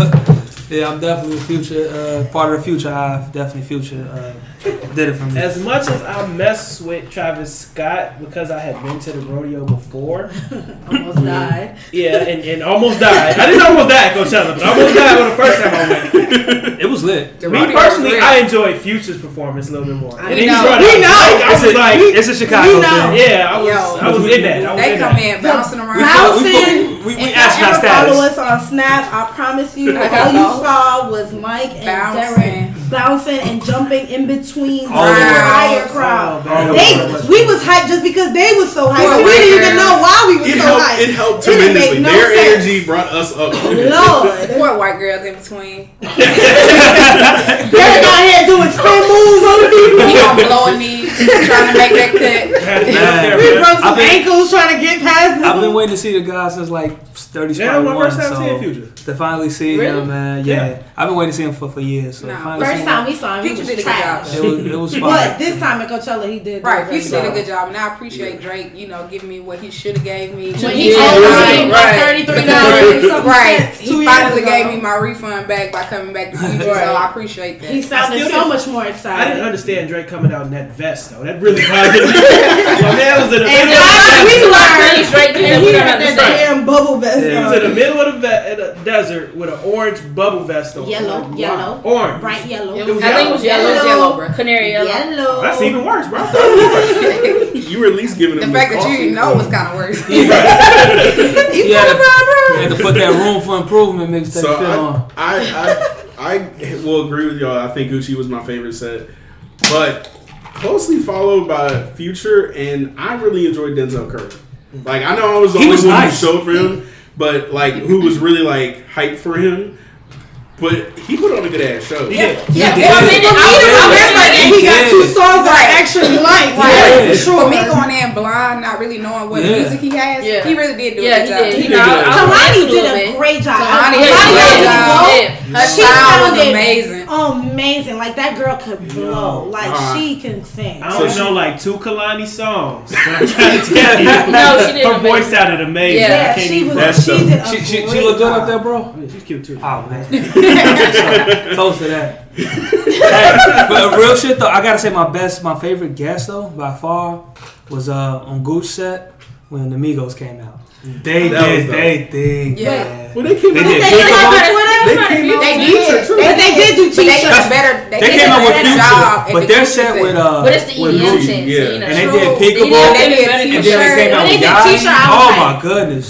Speaker 7: yeah, I'm definitely a Future uh, part of the Future. I've definitely Future uh, did it for me.
Speaker 8: As much as I mess with Travis Scott because I had been to the rodeo before,
Speaker 5: almost died.
Speaker 8: yeah, and, and almost died. I didn't almost die at Coachella, but I almost died on the first time I went.
Speaker 7: It was lit.
Speaker 9: The
Speaker 8: Me
Speaker 9: rodeo
Speaker 8: personally,
Speaker 9: was real.
Speaker 8: I enjoyed Future's performance a little bit more.
Speaker 5: We
Speaker 8: he
Speaker 9: know.
Speaker 8: brought it
Speaker 5: We
Speaker 8: up.
Speaker 5: know.
Speaker 8: I was like,
Speaker 7: It's a Chicago
Speaker 5: We know.
Speaker 7: thing.
Speaker 8: yeah, I was,
Speaker 9: Yo.
Speaker 8: I was in that. I was
Speaker 9: They
Speaker 8: in
Speaker 9: come
Speaker 8: that.
Speaker 9: in bouncing around.
Speaker 5: Wow.
Speaker 7: We, we, we, we
Speaker 5: If
Speaker 7: asked
Speaker 5: y'all
Speaker 7: our
Speaker 5: ever follow
Speaker 7: status.
Speaker 5: us on Snap, I promise you,
Speaker 9: I
Speaker 5: all
Speaker 9: got
Speaker 5: you
Speaker 9: lost.
Speaker 5: saw was Mike and Derek
Speaker 9: Bouncing.
Speaker 5: bouncing and jumping in between
Speaker 7: All
Speaker 5: the
Speaker 7: the way.
Speaker 5: entire crowd.
Speaker 7: Oh,
Speaker 5: They,
Speaker 7: man.
Speaker 5: we was hyped just because they was so hyped.
Speaker 9: Poor
Speaker 5: we didn't
Speaker 9: white
Speaker 5: even
Speaker 9: girls.
Speaker 5: know why we was
Speaker 4: it
Speaker 5: so
Speaker 4: helped.
Speaker 5: hyped.
Speaker 4: It helped
Speaker 5: It didn't make
Speaker 4: tremendously.
Speaker 5: no
Speaker 4: Their
Speaker 5: sense.
Speaker 4: energy brought us up.
Speaker 5: Lord,
Speaker 9: Poor white girls in between.
Speaker 5: Derek out here doing spin moves on the people.
Speaker 9: He gonna blow a knee, trying to make that cut.
Speaker 7: Man.
Speaker 5: We broke some
Speaker 7: I've been-
Speaker 5: ankles trying to get past
Speaker 7: I've been
Speaker 5: them.
Speaker 7: waiting to see the guy since like 30
Speaker 8: Yeah, that was my first time
Speaker 7: so
Speaker 8: seeing Future.
Speaker 7: To finally see
Speaker 6: Really?
Speaker 7: him, man, yeah.
Speaker 8: Yeah.
Speaker 7: I've been waiting to see him for, for years. So
Speaker 9: No.
Speaker 7: finally
Speaker 5: First
Speaker 7: seeing
Speaker 5: time we saw him, he
Speaker 9: Future
Speaker 5: was
Speaker 9: did a good
Speaker 5: trash.
Speaker 9: job.
Speaker 7: him, it was, it was fun.
Speaker 5: But this time at Coachella, he did. do
Speaker 9: Right,
Speaker 5: very
Speaker 9: Future did a
Speaker 5: well.
Speaker 9: good job, and I appreciate Drake, you know, giving me what he should have gave me.
Speaker 5: When he
Speaker 6: Yeah,
Speaker 5: told us
Speaker 6: right,
Speaker 5: he was
Speaker 9: right.
Speaker 5: thirty-three dollars,
Speaker 9: Right, he finally gave me my refund back by coming back to Future, so I appreciate that.
Speaker 5: He sounded
Speaker 8: I still
Speaker 5: so
Speaker 8: didn't-
Speaker 5: much more
Speaker 8: I didn't
Speaker 5: excited.
Speaker 8: understand Drake coming out in that vest though. That really bothered me. My man was in the
Speaker 5: And
Speaker 8: middle.
Speaker 5: why
Speaker 8: Of
Speaker 5: we
Speaker 8: the
Speaker 5: learned
Speaker 6: Straight to
Speaker 5: that
Speaker 6: them,
Speaker 5: he
Speaker 6: we don't
Speaker 5: had that
Speaker 6: understand.
Speaker 5: damn bubble vest
Speaker 8: he was
Speaker 5: on.
Speaker 8: in the middle of the, ve- in a desert with an orange bubble vest on.
Speaker 5: Yellow,
Speaker 8: Like,
Speaker 5: yellow.
Speaker 8: why? orange.
Speaker 5: Bright yellow.
Speaker 6: It was- I think it was yellow.
Speaker 5: Yellow.
Speaker 6: It was
Speaker 9: yellow, bro.
Speaker 6: Canary yellow.
Speaker 5: Yellow.
Speaker 8: That's even worse, bro.
Speaker 4: You were at least giving
Speaker 9: The
Speaker 4: them
Speaker 9: fact that
Speaker 4: coffee.
Speaker 9: you didn't know was kind of worse.
Speaker 7: you had, to, you had to put that room for improvement mixtape
Speaker 4: So
Speaker 7: shit
Speaker 4: I,
Speaker 7: on.
Speaker 4: I, I, I will agree with y'all. I think Gucci was my favorite set, but closely followed by Future, and I really enjoyed Denzel Curry. Like I know I was the
Speaker 7: He
Speaker 4: only
Speaker 7: was
Speaker 4: one
Speaker 7: nice.
Speaker 4: who showed for him, but like who was really like hyped for him. But he put on a good ass show.
Speaker 8: Yeah.
Speaker 9: Yeah,
Speaker 7: did.
Speaker 9: well, I mean, I
Speaker 7: did.
Speaker 9: remember that he
Speaker 5: got
Speaker 7: Yeah.
Speaker 5: two songs that I actually liked.
Speaker 7: Yeah.
Speaker 5: Like, for
Speaker 9: For me
Speaker 5: sure.
Speaker 9: going in blind, not really knowing what
Speaker 7: Yeah.
Speaker 9: music he has,
Speaker 6: Yeah.
Speaker 9: he really did do a good
Speaker 6: Yeah, he
Speaker 9: job.
Speaker 6: did.
Speaker 4: He
Speaker 6: You know,
Speaker 4: did
Speaker 6: I- I
Speaker 4: good.
Speaker 6: was
Speaker 5: Kalani
Speaker 6: a little
Speaker 5: did
Speaker 6: bit.
Speaker 5: a great job.
Speaker 9: Kalani
Speaker 5: Kalani
Speaker 9: did a
Speaker 5: had
Speaker 9: great
Speaker 5: to
Speaker 9: job.
Speaker 5: go.
Speaker 6: Yeah, saying. Her
Speaker 5: She
Speaker 6: style
Speaker 5: sounded
Speaker 6: was
Speaker 9: amazing.
Speaker 5: Amazing. Like that girl could blow. Like
Speaker 4: Alright.
Speaker 5: she can sing.
Speaker 8: I
Speaker 4: So
Speaker 8: don't
Speaker 4: she-
Speaker 8: know like two Kalani songs. But I'm trying to tell you.
Speaker 6: No, she did
Speaker 8: Her voice
Speaker 6: amazing.
Speaker 8: sounded amazing.
Speaker 6: Yeah,
Speaker 8: I
Speaker 5: Yeah,
Speaker 8: can't
Speaker 5: she
Speaker 8: even-
Speaker 5: was.
Speaker 4: That's
Speaker 5: she
Speaker 4: dope.
Speaker 5: did a
Speaker 7: She, she, she
Speaker 5: great
Speaker 7: looked good
Speaker 5: job.
Speaker 7: up there, bro.
Speaker 8: Yeah, She's cute too.
Speaker 7: Oh man, toast to that. Hey, but real shit though, I gotta say my best, my favorite guest though by far was uh, on Gooch set when the Migos came out. They
Speaker 4: That was
Speaker 7: did,
Speaker 4: dope.
Speaker 7: they thing.
Speaker 9: Yeah.
Speaker 7: man.
Speaker 4: Well, they came
Speaker 7: They
Speaker 4: out.
Speaker 7: did.
Speaker 5: They came out on Twitter.
Speaker 7: They
Speaker 4: They came out.
Speaker 9: They
Speaker 4: with
Speaker 9: did.
Speaker 4: Future, too.
Speaker 5: But they did do
Speaker 9: But they did
Speaker 5: t-shirts.
Speaker 9: a better. They,
Speaker 7: They
Speaker 9: did
Speaker 7: came
Speaker 9: a
Speaker 7: out with
Speaker 9: better
Speaker 7: Future,
Speaker 9: job. at
Speaker 7: but
Speaker 9: the
Speaker 7: their
Speaker 9: Future
Speaker 7: set with uh,
Speaker 6: But it's the
Speaker 7: with
Speaker 6: EDM
Speaker 7: Gucci.
Speaker 6: shit.
Speaker 4: yeah.
Speaker 6: So, you know,
Speaker 7: and they
Speaker 9: True.
Speaker 7: did Peekaboo,
Speaker 9: Yeah, they did
Speaker 6: And
Speaker 7: and then
Speaker 6: then
Speaker 7: they came out
Speaker 6: When
Speaker 7: with
Speaker 6: they did
Speaker 7: Yachty.
Speaker 6: T-shirt, I was
Speaker 7: Oh
Speaker 6: like-
Speaker 7: my goodness,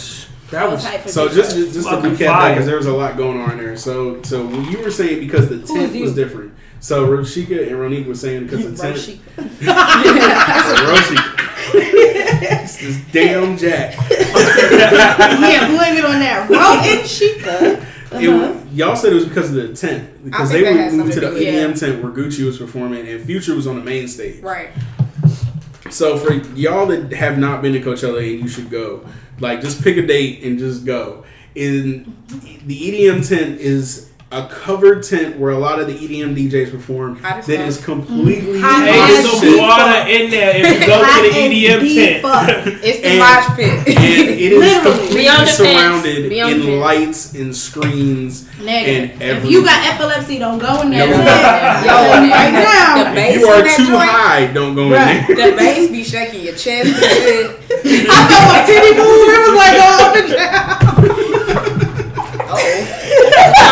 Speaker 7: that was
Speaker 5: Type of
Speaker 4: So
Speaker 5: t-shirt.
Speaker 4: just just to
Speaker 7: Fucking
Speaker 4: recap that
Speaker 7: fire.
Speaker 4: because there was a lot going on there. So so you were saying because the tent was different. So Roshika and Ronique were saying because the tent. Roshika. Roshika. it's this damn Jack.
Speaker 5: yeah, blame it on that. Roe and Chica.
Speaker 4: It
Speaker 7: Uh-huh.
Speaker 4: w y'all said it was because of the tent because
Speaker 9: I
Speaker 4: they
Speaker 9: think that
Speaker 4: would
Speaker 9: has
Speaker 4: move to the
Speaker 9: something to do-
Speaker 4: EDM tent where Gucci was performing and Future was on the main stage.
Speaker 9: Right.
Speaker 4: So for y'all that have not been to Coachella and you should go, like just pick a date and just go. In the EDM tent is a covered tent where a lot of the E EDM DJs perform.
Speaker 9: Hot as
Speaker 4: That
Speaker 9: fuck.
Speaker 4: is completely
Speaker 5: Hot as
Speaker 8: Hey,
Speaker 4: wild
Speaker 8: there's some
Speaker 5: shit.
Speaker 8: water in there if you go
Speaker 5: Hot
Speaker 8: to the
Speaker 5: as the
Speaker 8: EDM
Speaker 5: fuck.
Speaker 8: tent.
Speaker 9: It's the
Speaker 4: And-
Speaker 9: mosh pit.
Speaker 4: and it is
Speaker 5: Literally.
Speaker 4: completely
Speaker 6: Beyond the fence.
Speaker 4: surrounded
Speaker 6: Beyond the
Speaker 4: in
Speaker 6: fence.
Speaker 4: lights and screens
Speaker 5: Nigga,
Speaker 4: and
Speaker 5: if
Speaker 4: everything.
Speaker 5: you got epilepsy, don't go in there.
Speaker 4: No.
Speaker 5: Yo,
Speaker 9: Yo,
Speaker 5: right
Speaker 9: the
Speaker 5: now.
Speaker 9: bass
Speaker 4: If
Speaker 9: in
Speaker 4: you are
Speaker 9: that
Speaker 4: too
Speaker 9: joint,
Speaker 4: high, don't go in
Speaker 5: Right.
Speaker 4: there.
Speaker 9: The bass be shaking your chest and shit.
Speaker 5: I felt my titty move. It was like oh, up and down.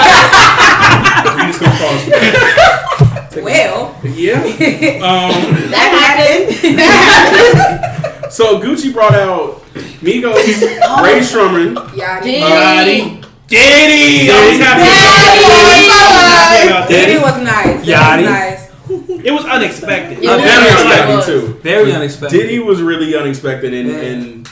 Speaker 4: you just gonna fall asleep.
Speaker 9: Well,
Speaker 4: Yeah. Um,
Speaker 5: That happened.
Speaker 4: so Gucci brought out Migos, Ray Sherman.
Speaker 9: yeah,
Speaker 6: Diddy.
Speaker 8: Yachty.
Speaker 4: Diddy!
Speaker 8: I was happy. about
Speaker 9: Diddy
Speaker 8: that.
Speaker 9: was nice.
Speaker 7: Yachty.
Speaker 9: That was nice.
Speaker 8: It was unexpected.
Speaker 6: Yeah.
Speaker 4: Very
Speaker 6: was.
Speaker 4: unexpected too.
Speaker 7: very unexpected.
Speaker 4: Diddy was really unexpected and,
Speaker 7: Yeah.
Speaker 4: and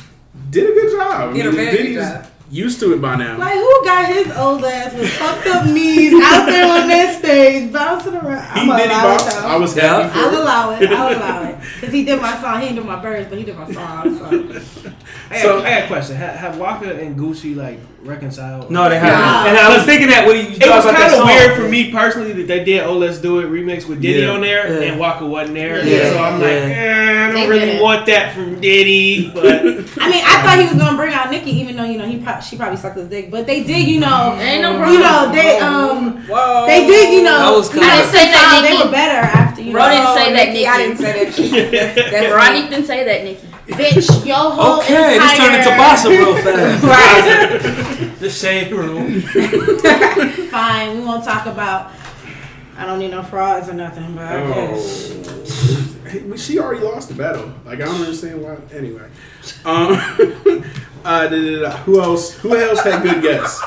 Speaker 4: did a good job. I
Speaker 9: Did a
Speaker 4: mean,
Speaker 9: very good
Speaker 4: Diddy's
Speaker 9: job.
Speaker 4: used to it by now.
Speaker 5: Like who got his old ass with fucked up knees out there on that stage bouncing around?
Speaker 4: he
Speaker 5: I'm
Speaker 4: Diddy
Speaker 5: allow it
Speaker 4: boxed. I
Speaker 5: though.
Speaker 4: was
Speaker 7: Yeah.
Speaker 4: happy
Speaker 5: I'll
Speaker 4: for it.
Speaker 5: allow it. I'll allow it. Cause he did my song. He didn't do my birds, but he did my song. So.
Speaker 8: I
Speaker 4: So-
Speaker 8: got, I got a question. Have, have Walker and Gucci like reconciled?
Speaker 7: No, they haven't.
Speaker 5: Nah.
Speaker 7: And I was thinking that when you
Speaker 8: It
Speaker 7: talk
Speaker 8: was
Speaker 7: about that
Speaker 8: kind of
Speaker 7: song.
Speaker 8: weird for me personally that they did "Oh Let's Do It" remix with Diddy
Speaker 4: Yeah.
Speaker 8: on there
Speaker 7: Yeah.
Speaker 8: and Walker wasn't there.
Speaker 6: Yeah.
Speaker 8: So I'm like, eh,
Speaker 6: They
Speaker 8: I don't really
Speaker 6: didn't.
Speaker 8: want that from Diddy. But
Speaker 5: I mean, I thought he was gonna bring out Nicki, even though you know he prob- she probably sucked his dick, but they did, you know,
Speaker 6: Ain't no
Speaker 5: you
Speaker 6: problem.
Speaker 5: know they
Speaker 6: Oh,
Speaker 5: um
Speaker 9: Whoa.
Speaker 5: they did, you know,
Speaker 7: That was
Speaker 5: you
Speaker 7: kinda-
Speaker 5: know,
Speaker 7: I
Speaker 6: didn't say that,
Speaker 5: somehow They
Speaker 6: Nicki.
Speaker 5: were better after you.
Speaker 6: Bro
Speaker 5: know,
Speaker 6: didn't say that,
Speaker 9: Nikki, I didn't say that. shit. That's, that's
Speaker 6: Ronnie didn't say that, Nikki.
Speaker 5: Bitch, your whole
Speaker 7: Okay, this turned into
Speaker 5: Oh, entire-
Speaker 7: Bossa real fast.
Speaker 9: Right.
Speaker 8: the shade room.
Speaker 5: Fine, we won't talk about. I don't need no frauds or nothing, but okay.
Speaker 4: Oh. She already lost the battle. Like I don't understand why. Anyway, um, uh, da, da, da. who else? Who else had good guess?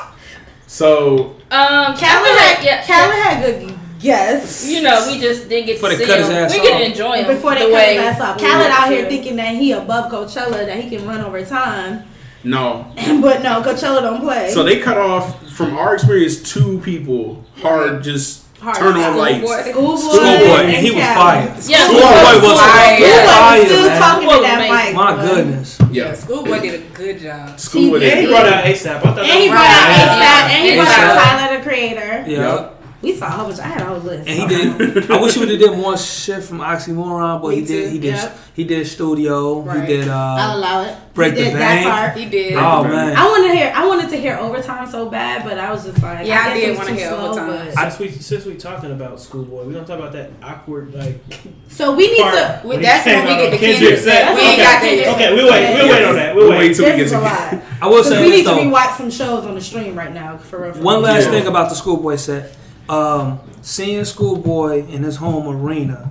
Speaker 4: So
Speaker 6: Um, Calvin
Speaker 5: Calvin
Speaker 6: had,
Speaker 5: had,
Speaker 6: yeah,
Speaker 5: Calvin had good guess.
Speaker 6: You know, we just didn't get
Speaker 7: Before
Speaker 6: to
Speaker 7: they
Speaker 6: see
Speaker 7: cut his
Speaker 6: him.
Speaker 7: ass
Speaker 6: We get
Speaker 7: off.
Speaker 6: to enjoy him
Speaker 5: Before they
Speaker 6: the
Speaker 5: cut
Speaker 6: way
Speaker 5: his ass off,
Speaker 6: we
Speaker 5: Khaled
Speaker 6: were
Speaker 5: out here
Speaker 6: to.
Speaker 5: thinking that he above Coachella, that he can run over time,
Speaker 4: no.
Speaker 5: but no, Coachella don't play.
Speaker 4: So they cut off from our experience two people hard just
Speaker 5: Hard
Speaker 4: turn on
Speaker 5: stop.
Speaker 4: lights.
Speaker 5: Schoolboy,
Speaker 7: Schoolboy, and he was
Speaker 5: Calvin.
Speaker 7: fired.
Speaker 6: Yeah,
Speaker 7: Schoolboy was
Speaker 9: Fire.
Speaker 5: Schoolboy was
Speaker 7: fire,
Speaker 5: still
Speaker 7: man.
Speaker 5: talking
Speaker 6: Well,
Speaker 5: to that
Speaker 6: man.
Speaker 5: mic.
Speaker 7: My
Speaker 5: bro.
Speaker 7: goodness.
Speaker 9: Yeah,
Speaker 4: Yeah,
Speaker 9: Schoolboy did a good job.
Speaker 4: school with
Speaker 8: And he
Speaker 4: it.
Speaker 8: brought out ASAP. I thought that
Speaker 5: And he
Speaker 8: was
Speaker 5: brought out
Speaker 4: Right.
Speaker 5: ASAP, and he brought out
Speaker 7: ASAP.
Speaker 5: Tyler the Creator.
Speaker 7: Yeah.
Speaker 5: We saw a whole bunch. I had a whole list.
Speaker 7: And he did. I wish he would have did more shit from Oxymoron, but he
Speaker 9: Me
Speaker 7: did. He
Speaker 9: too,
Speaker 7: did.
Speaker 5: yep.
Speaker 7: He did studio.
Speaker 9: Right.
Speaker 7: He did.
Speaker 5: I'll
Speaker 7: Uh,
Speaker 5: allow it.
Speaker 7: Break
Speaker 5: he
Speaker 7: the
Speaker 5: did
Speaker 7: Bank.
Speaker 5: that part.
Speaker 9: He did.
Speaker 7: oh man.
Speaker 5: I wanted to hear. I wanted to hear overtime so bad, but I was just like,
Speaker 9: Yeah, I
Speaker 5: guess
Speaker 9: did
Speaker 5: it was
Speaker 9: wanna
Speaker 5: too
Speaker 9: hear
Speaker 5: slow,
Speaker 9: Overtime.
Speaker 5: but-
Speaker 8: Since we since we talking about Schoolboy, we gonna talk about that awkward like.
Speaker 5: So we need to.
Speaker 8: part
Speaker 9: We- that's
Speaker 8: he
Speaker 9: when we
Speaker 8: came
Speaker 9: get
Speaker 8: out.
Speaker 9: the
Speaker 8: Kendrick
Speaker 9: Kendrick
Speaker 8: set.
Speaker 9: set. We
Speaker 8: Okay.
Speaker 9: ain't got that yet.
Speaker 8: Okay, we'll wait. We'll wait on that. We'll
Speaker 4: We'll wait
Speaker 8: wait.
Speaker 4: till we
Speaker 5: This
Speaker 4: get
Speaker 5: is a
Speaker 4: to
Speaker 5: lot.
Speaker 7: I will
Speaker 5: 'Cause
Speaker 7: say
Speaker 5: we
Speaker 7: this
Speaker 5: need to
Speaker 7: though.
Speaker 5: rewatch some shows on the stream right now. For real. for
Speaker 7: One
Speaker 5: real.
Speaker 7: last
Speaker 4: Yeah.
Speaker 7: thing about the Schoolboy set. Um, seeing Schoolboy in his home arena,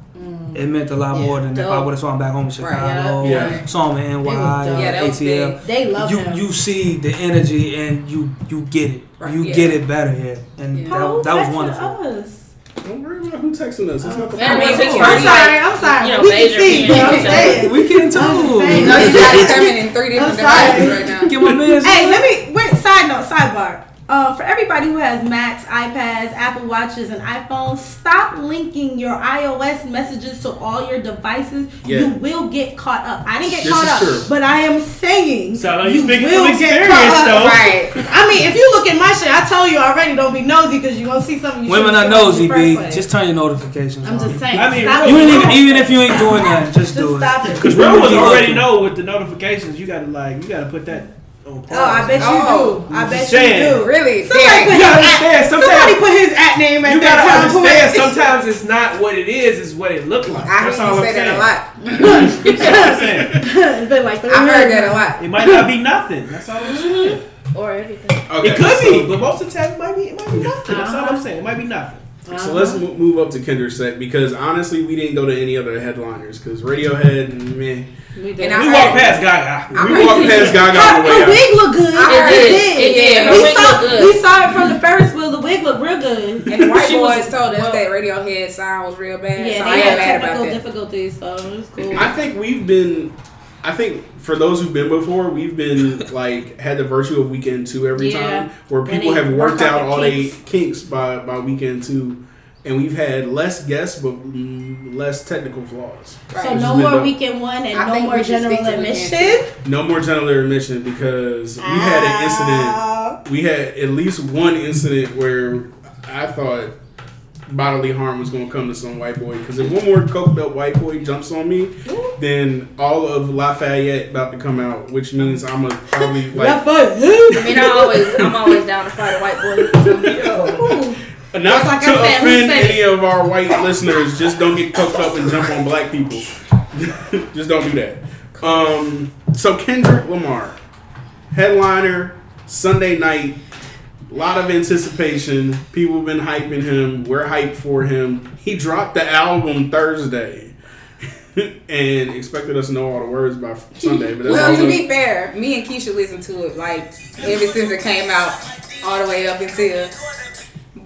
Speaker 7: it meant a lot more than if I
Speaker 5: dope.
Speaker 7: would have saw him back home in
Speaker 9: Mm. Right.
Speaker 7: Chicago.
Speaker 4: Yeah.
Speaker 7: Saw him in NY,
Speaker 5: was dope.
Speaker 9: Yeah, that was
Speaker 7: ATL.
Speaker 9: big.
Speaker 5: They love
Speaker 7: you
Speaker 5: him.
Speaker 7: you see the energy and you you get it.
Speaker 9: Right,
Speaker 7: you
Speaker 9: yeah.
Speaker 7: get it better here, and
Speaker 9: Yeah.
Speaker 5: Paul
Speaker 7: that, that was
Speaker 5: texted
Speaker 7: wonderful.
Speaker 5: Us.
Speaker 4: it. Don't worry about who texting us. It's not the
Speaker 6: Yeah,
Speaker 4: problem.
Speaker 6: we
Speaker 9: Cool.
Speaker 6: took-
Speaker 5: I'm sorry. I'm sorry.
Speaker 6: You know,
Speaker 5: we can
Speaker 6: major
Speaker 5: see. You know what I'm
Speaker 6: communication.
Speaker 5: saying?
Speaker 7: We can
Speaker 5: I'm
Speaker 7: too.
Speaker 5: saying.
Speaker 9: You know you got it coming in three
Speaker 5: I'm
Speaker 9: different
Speaker 5: sorry.
Speaker 9: devices right now.
Speaker 7: Get my man's
Speaker 5: Hey, let me wait. Side note, sidebar. Um, for everybody who has Macs, iPads, Apple Watches, and iPhones, stop linking your iOS messages to all your devices.
Speaker 4: Yeah.
Speaker 5: You will get caught up. I didn't get
Speaker 4: This
Speaker 5: caught
Speaker 4: is
Speaker 5: up,
Speaker 4: true.
Speaker 5: but I am saying
Speaker 8: Sound like you
Speaker 5: you
Speaker 8: speaking
Speaker 5: will
Speaker 8: from
Speaker 5: get
Speaker 8: experience,
Speaker 5: caught up.
Speaker 8: though.
Speaker 9: Right.
Speaker 5: I mean, if you look at my shit, I I told you already. Don't be nosy because you gonna see something. You
Speaker 7: Women
Speaker 5: shouldn't
Speaker 7: are
Speaker 5: see in the
Speaker 7: nosy,
Speaker 5: first
Speaker 7: B.
Speaker 5: place.
Speaker 7: Just turn your notifications
Speaker 5: I'm
Speaker 7: on.
Speaker 5: just saying.
Speaker 8: I mean,
Speaker 5: stop
Speaker 7: you
Speaker 5: it.
Speaker 7: ain't even, even if you ain't doing nothing, just,
Speaker 5: Just
Speaker 7: do it.
Speaker 5: stop it.
Speaker 8: Because real ones
Speaker 7: Really
Speaker 8: already
Speaker 7: looking.
Speaker 8: know with the notifications, you gotta like, you gotta put that on pause.
Speaker 5: Oh, I bet you
Speaker 9: Oh,
Speaker 5: do. I bet
Speaker 8: saying.
Speaker 5: you do.
Speaker 9: Really?
Speaker 5: Somebody
Speaker 9: Derek.
Speaker 5: put,
Speaker 8: You gotta
Speaker 5: his
Speaker 8: understand,
Speaker 5: at, somebody
Speaker 8: sometimes-
Speaker 5: put his at name at
Speaker 8: You
Speaker 5: that
Speaker 8: gotta
Speaker 5: time point.
Speaker 8: understand. Sometimes it's not what it is; it's what it looked like.
Speaker 9: I heard
Speaker 8: That's all
Speaker 9: you
Speaker 8: I'm
Speaker 9: say
Speaker 8: saying.
Speaker 9: that a lot.
Speaker 8: That's all I'm saying.
Speaker 5: it's been like three
Speaker 9: I've heard
Speaker 5: years.
Speaker 9: that a lot.
Speaker 8: It might not be nothing. That's all I'm saying.
Speaker 6: Or everything.
Speaker 4: Okay,
Speaker 8: it could
Speaker 4: so-
Speaker 8: be, but most of the time, it might be. It might be nothing. That's all
Speaker 9: Uh-huh.
Speaker 8: I'm saying. It might be nothing.
Speaker 4: So let's mo- move up to Kendrick's set because honestly, we didn't go to any other headliners because Radiohead, man,
Speaker 6: We did.
Speaker 9: And I
Speaker 8: We
Speaker 9: heard-
Speaker 8: walked past Gaga.
Speaker 4: we walked past Gaga on
Speaker 5: Uh-huh. Her,
Speaker 4: the way
Speaker 5: her
Speaker 4: out.
Speaker 5: wig looked good.
Speaker 9: I heard
Speaker 6: it.
Speaker 5: did.
Speaker 6: It did. Her
Speaker 5: we
Speaker 6: wig
Speaker 5: saw,
Speaker 6: looked good.
Speaker 5: We saw it from the Ferris wheel. The wig looked real good.
Speaker 9: And the white
Speaker 6: She was-
Speaker 9: boys told us
Speaker 6: well-
Speaker 9: that Radiohead sound was real bad. so
Speaker 5: Yeah,
Speaker 9: I
Speaker 5: they
Speaker 9: ain't
Speaker 5: had
Speaker 9: mad about
Speaker 5: technical
Speaker 9: that.
Speaker 5: difficulties, so it was cool.
Speaker 4: I think we've been. I think for those who've been before, we've been like had the virtue of weekend two every
Speaker 6: Yeah.
Speaker 4: time, where
Speaker 5: When
Speaker 4: people
Speaker 5: they
Speaker 4: have
Speaker 5: work
Speaker 4: worked
Speaker 5: out
Speaker 4: out
Speaker 5: the
Speaker 4: all their
Speaker 5: kinks.
Speaker 4: kinks by by weekend two, and we've had less guests but mm, less technical flaws.
Speaker 5: so
Speaker 4: Right.
Speaker 5: no
Speaker 4: Just
Speaker 5: more
Speaker 4: window.
Speaker 5: weekend one and
Speaker 9: I
Speaker 5: no
Speaker 9: think
Speaker 5: more
Speaker 9: we should
Speaker 5: general
Speaker 9: stick to
Speaker 5: admission.
Speaker 9: weekend
Speaker 4: No more general admission because we had an incident.
Speaker 5: Ah.
Speaker 4: we had at least one incident where I thought bodily harm was going to come to some white boy. Because if one more coked up white boy jumps on me, then all of Lafayette about to come out, which means I'm a probably like
Speaker 5: That foot.
Speaker 6: And I always, I'm always down to fight a white boy.
Speaker 4: not
Speaker 6: like I
Speaker 4: to
Speaker 6: said, who
Speaker 4: offend
Speaker 6: said it?
Speaker 4: any of our white listeners. Just don't get coked up and jump on black people. just don't do that. Um, so Kendrick Lamar, headliner, Sunday night. lot of anticipation. People have been hyping him. We're hyped for him. He dropped the album Thursday and expected us to know all the words by Sunday. But that's
Speaker 9: Well,
Speaker 4: all
Speaker 9: to
Speaker 4: we-
Speaker 9: be fair, me and Keisha listened to it like ever since it came out, all the way up until.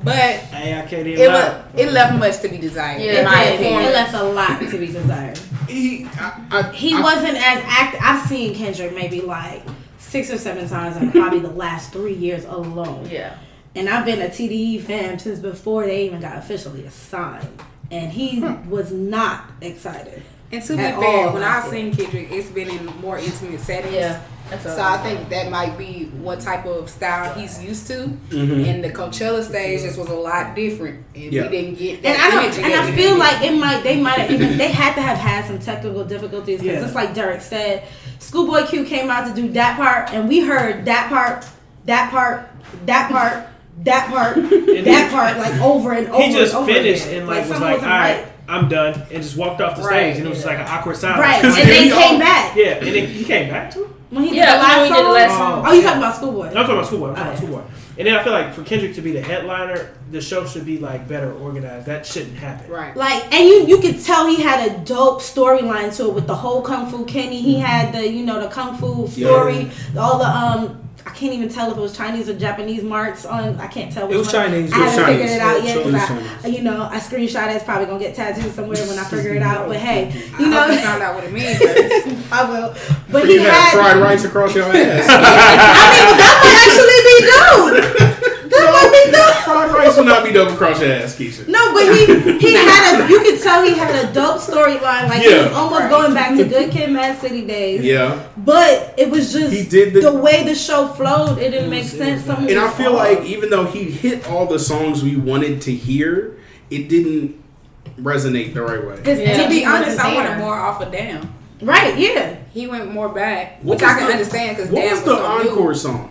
Speaker 9: But
Speaker 8: Hey, I can't
Speaker 9: it
Speaker 8: even.
Speaker 9: was
Speaker 8: lie.
Speaker 9: it left much to be desired.
Speaker 6: Yeah,
Speaker 9: in my
Speaker 6: it did.
Speaker 5: It
Speaker 9: opinion.
Speaker 5: left a lot to be desired.
Speaker 4: he, I, I,
Speaker 5: He
Speaker 4: I-
Speaker 5: wasn't as active. I've seen Kendrick maybe like six or seven times in probably the last three years alone.
Speaker 6: yeah.
Speaker 5: And I've been a TDE fan since before they even got officially assigned. And he
Speaker 8: Hmm.
Speaker 5: was not excited.
Speaker 9: And to be
Speaker 5: At
Speaker 9: fair,
Speaker 5: all,
Speaker 9: when
Speaker 5: I
Speaker 9: I've
Speaker 5: feel.
Speaker 9: seen Kendrick, it's been in more intimate settings.
Speaker 6: Yeah. That's all.
Speaker 9: So I think that might be what type of style he's used to,
Speaker 7: Mm-hmm.
Speaker 4: Mm-hmm.
Speaker 9: and the Coachella stage just was a lot different, and
Speaker 4: Yeah.
Speaker 9: we didn't get
Speaker 5: And
Speaker 9: that
Speaker 5: I don't,
Speaker 9: energy.
Speaker 5: and
Speaker 9: that
Speaker 5: I
Speaker 9: we
Speaker 5: feel
Speaker 9: did.
Speaker 5: like it might they might have even they had to have had some technical difficulties because
Speaker 8: Yeah.
Speaker 5: just like Derek said, Schoolboy Q came out to do that part and we heard that part, that part, that part, that part, that part like over and over.
Speaker 8: he just
Speaker 5: and over
Speaker 8: finished
Speaker 5: again.
Speaker 8: and like was
Speaker 5: something
Speaker 8: like, all
Speaker 5: wasn't
Speaker 8: right, I'm done, and just walked off the
Speaker 6: Right,
Speaker 8: stage, and it was just
Speaker 6: yeah.
Speaker 8: like an awkward silence.
Speaker 5: right,
Speaker 4: Because
Speaker 5: and
Speaker 4: he
Speaker 5: they
Speaker 4: all-
Speaker 5: came back
Speaker 8: Yeah, and then he came back to it.
Speaker 5: when he did
Speaker 6: Yeah,
Speaker 5: the last
Speaker 6: when we
Speaker 5: song.
Speaker 6: did the last
Speaker 8: song.
Speaker 5: Oh, you talking about Schoolboy?
Speaker 8: No, I'm talking about Schoolboy. I'm talking about
Speaker 5: Oh, yeah.
Speaker 8: Schoolboy. And then I feel like for Kendrick to be the headliner, the show should be like better organized. That shouldn't happen.
Speaker 9: right.
Speaker 5: Like and you you could tell he had a dope storyline to it with the whole Kung Fu Kenny. He had the you know the Kung Fu story, all the um I can't even tell if it was Chinese or Japanese marks on. I can't tell.
Speaker 7: It was
Speaker 5: which one.
Speaker 7: Chinese.
Speaker 5: I
Speaker 4: was
Speaker 5: haven't
Speaker 4: Chinese.
Speaker 5: figured it out yet
Speaker 4: It was
Speaker 5: 'cause I,
Speaker 4: Chinese.
Speaker 5: you know, I screenshot. It's probably gonna get tattooed somewhere when I figure it out. But hey, you
Speaker 9: I hope you
Speaker 5: know,
Speaker 9: found out what it means. first.
Speaker 5: I will. But he
Speaker 4: You had
Speaker 5: had.
Speaker 4: fried rice across your ass.
Speaker 5: I mean, but that might actually be dude. That might be dude.
Speaker 4: fried rice will not be double across your ass, Keisha.
Speaker 5: No, but he he had a you could tell he had a dope storyline. Like he
Speaker 4: Yeah.
Speaker 5: was almost going back to Good Kid, Mad City days.
Speaker 4: Yeah.
Speaker 5: But it was just
Speaker 4: He did
Speaker 5: the,
Speaker 4: the-
Speaker 5: way the show flowed. It didn't make sense. Some of
Speaker 4: And I
Speaker 5: it
Speaker 4: feel
Speaker 5: was
Speaker 4: like
Speaker 5: off.
Speaker 4: even though he hit all the songs we wanted to hear, it didn't resonate the right way.
Speaker 5: This-
Speaker 6: Yeah.
Speaker 9: to be honest, I
Speaker 5: wasn't
Speaker 9: wanted
Speaker 5: there.
Speaker 9: more off of Damn.
Speaker 5: Right? Yeah.
Speaker 9: He went more back,
Speaker 4: What
Speaker 9: which I
Speaker 4: was
Speaker 9: can
Speaker 4: the-
Speaker 9: understand because
Speaker 4: What
Speaker 9: Damn
Speaker 4: was
Speaker 9: was,
Speaker 4: the
Speaker 9: so new.
Speaker 4: encore song?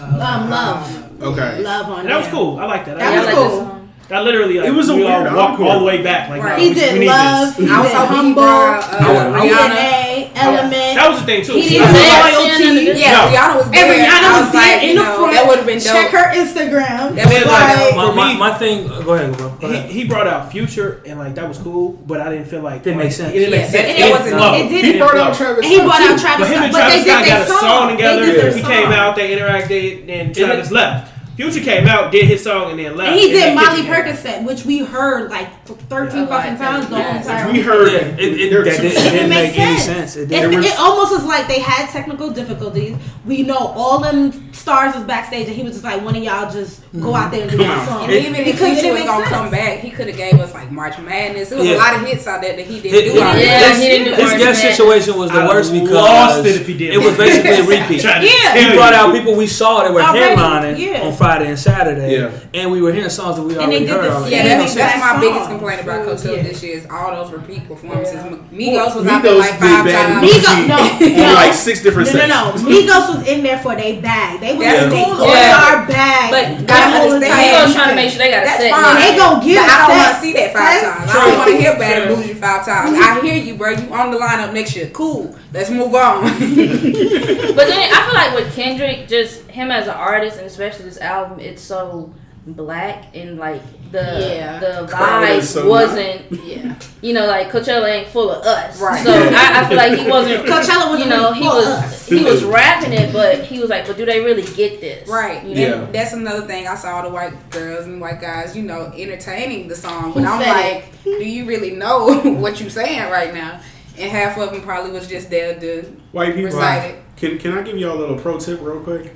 Speaker 5: Um, love,
Speaker 4: Okay.
Speaker 5: love on
Speaker 8: Uh, And that was
Speaker 5: Damn.
Speaker 8: cool. I like that.
Speaker 5: That
Speaker 8: I
Speaker 5: was
Speaker 8: like
Speaker 5: cool.
Speaker 8: That literally, like,
Speaker 4: It was a
Speaker 8: we all
Speaker 4: weird
Speaker 8: walked
Speaker 4: encore.
Speaker 8: all the way back. Like,
Speaker 9: Right.
Speaker 8: nah,
Speaker 5: He
Speaker 8: we,
Speaker 5: did
Speaker 8: we need
Speaker 5: love.
Speaker 8: this.
Speaker 5: He
Speaker 9: I was
Speaker 5: did
Speaker 9: hoping he
Speaker 5: humble.
Speaker 9: brought, uh, Rihanna.
Speaker 5: DNA element.
Speaker 8: That was the thing too.
Speaker 5: he
Speaker 8: So
Speaker 5: didn't
Speaker 8: I was
Speaker 6: do
Speaker 8: like,
Speaker 6: that.
Speaker 5: loyalty.
Speaker 9: Yeah,
Speaker 6: Yeah.
Speaker 8: No.
Speaker 9: Rihanna was
Speaker 5: And
Speaker 9: there. I
Speaker 5: Rihanna was
Speaker 9: like,
Speaker 5: there in
Speaker 9: you
Speaker 5: the
Speaker 9: know,
Speaker 5: front.
Speaker 9: That would have been dope.
Speaker 5: Check her Instagram.
Speaker 9: That would've been
Speaker 5: Like,
Speaker 9: like-
Speaker 7: My,
Speaker 8: For
Speaker 7: my,
Speaker 8: me-
Speaker 7: my thing. uh, Go ahead, bro. Go ahead.
Speaker 8: He, he brought out Future and like that was cool, but I didn't feel like
Speaker 7: Didn't
Speaker 8: like,
Speaker 7: make sense.
Speaker 8: It didn't make
Speaker 9: Yeah,
Speaker 8: sense.
Speaker 9: it
Speaker 8: didn't
Speaker 9: wasn't-
Speaker 8: flow.
Speaker 5: it didn't-
Speaker 4: He brought
Speaker 8: flow.
Speaker 4: out Travis.
Speaker 5: he brought out
Speaker 4: Scott,
Speaker 5: Travis
Speaker 8: But him
Speaker 5: Scott,
Speaker 8: and
Speaker 5: but they
Speaker 8: Travis
Speaker 5: did
Speaker 8: Scott
Speaker 5: their
Speaker 8: got a
Speaker 5: song.
Speaker 8: song
Speaker 5: They did
Speaker 8: together.
Speaker 5: their
Speaker 8: He
Speaker 5: song.
Speaker 8: came out, they interacted, then Travis left. Future came out, did his song, and then left.
Speaker 5: And he did
Speaker 8: then
Speaker 5: Molly
Speaker 8: Kendrick came out.
Speaker 5: Percocet, which we heard like 13
Speaker 6: Yeah, I
Speaker 5: fucking
Speaker 6: like that.
Speaker 5: times the whole
Speaker 6: Yes.
Speaker 5: entire
Speaker 4: too. We heard
Speaker 7: Yeah, it- it-
Speaker 4: there are
Speaker 7: that
Speaker 4: two-
Speaker 7: did-
Speaker 5: It didn't
Speaker 7: make
Speaker 5: make
Speaker 7: any
Speaker 5: sense.
Speaker 7: sense. It
Speaker 5: It,
Speaker 7: didn't.
Speaker 5: it,
Speaker 4: There was-
Speaker 5: almost was like they had technical difficulties. We know all them stars was backstage, and he was just like, "One of y'all just go out there and do
Speaker 4: Come
Speaker 5: that
Speaker 4: on.
Speaker 5: song."
Speaker 9: And even if
Speaker 5: Because it
Speaker 9: Future
Speaker 5: didn't
Speaker 9: was
Speaker 5: make
Speaker 9: gonna
Speaker 5: sense.
Speaker 9: come back, he could have gave us like March Madness. There was
Speaker 7: Yeah.
Speaker 9: a lot of hits out there that he
Speaker 7: It-
Speaker 9: didn't
Speaker 7: it-
Speaker 9: do.
Speaker 6: Yeah,
Speaker 9: Yeah.
Speaker 7: this-
Speaker 6: he didn't do
Speaker 7: this
Speaker 6: March
Speaker 7: guest
Speaker 6: Madness.
Speaker 7: situation was the
Speaker 8: I
Speaker 7: worst because
Speaker 8: lost it if he did
Speaker 7: it was
Speaker 8: March
Speaker 7: basically a repeat.
Speaker 8: Trying to
Speaker 5: Yeah.
Speaker 8: tell
Speaker 7: He brought
Speaker 8: you.
Speaker 7: out people we saw that were
Speaker 5: Already,
Speaker 7: headlining
Speaker 5: yeah.
Speaker 7: on Friday and Saturday,
Speaker 4: Yeah.
Speaker 7: and we were hearing songs that we
Speaker 5: they
Speaker 7: already
Speaker 5: did
Speaker 7: heard.
Speaker 5: the
Speaker 7: already.
Speaker 5: Yeah,
Speaker 9: Yeah, that's,
Speaker 5: they make
Speaker 9: that's my
Speaker 5: that
Speaker 9: biggest
Speaker 5: song.
Speaker 9: complaint about
Speaker 6: True,
Speaker 9: Coachella
Speaker 6: yeah.
Speaker 9: this year is all those repeat performances.
Speaker 6: Yeah.
Speaker 9: Migos was out there
Speaker 4: Migos
Speaker 9: like five
Speaker 4: did bad
Speaker 9: times.
Speaker 5: Migos-
Speaker 4: Gucci
Speaker 5: no,
Speaker 4: on
Speaker 5: no.
Speaker 4: like six different
Speaker 5: No, no,
Speaker 4: sets.
Speaker 5: no. Migos was in there for they bag. They was
Speaker 9: That's
Speaker 5: in their
Speaker 9: cool,
Speaker 5: cool.
Speaker 9: yeah.
Speaker 5: bag.
Speaker 9: But
Speaker 5: that
Speaker 9: gotta
Speaker 5: whole
Speaker 9: understand-
Speaker 5: entire
Speaker 6: Migos trying to make sure they got a
Speaker 9: That's
Speaker 6: set.
Speaker 9: fine.
Speaker 5: They gonna
Speaker 9: But
Speaker 5: get
Speaker 9: I don't want to
Speaker 5: upset.
Speaker 9: see that five
Speaker 5: True.
Speaker 9: times. I don't want to hear bad and bougie five times. I hear you, bro. You on the lineup next year. Cool. Let's move on.
Speaker 6: But then I feel like with Kendrick, just him as an artist, and especially this album, it's so black and like the
Speaker 9: Yeah.
Speaker 6: the
Speaker 4: Crowd
Speaker 6: vibe
Speaker 4: is so
Speaker 6: wasn't
Speaker 9: yeah.
Speaker 6: you know like Coachella ain't full of us.
Speaker 9: Right.
Speaker 6: So I, I feel like he wasn't.
Speaker 5: Coachella was
Speaker 6: you know he was he was rapping it, but he was like, but do they really get this?
Speaker 9: Right.
Speaker 6: You know?
Speaker 4: Yeah.
Speaker 9: And that's another thing. I saw the white girls and white guys, you know, entertaining the song. But
Speaker 5: Who
Speaker 9: I'm
Speaker 5: said
Speaker 9: like, do you really know what you saying right now? And half of them probably was just there to
Speaker 4: White people,
Speaker 9: recite it.
Speaker 4: can can I give y'all a little pro tip real quick?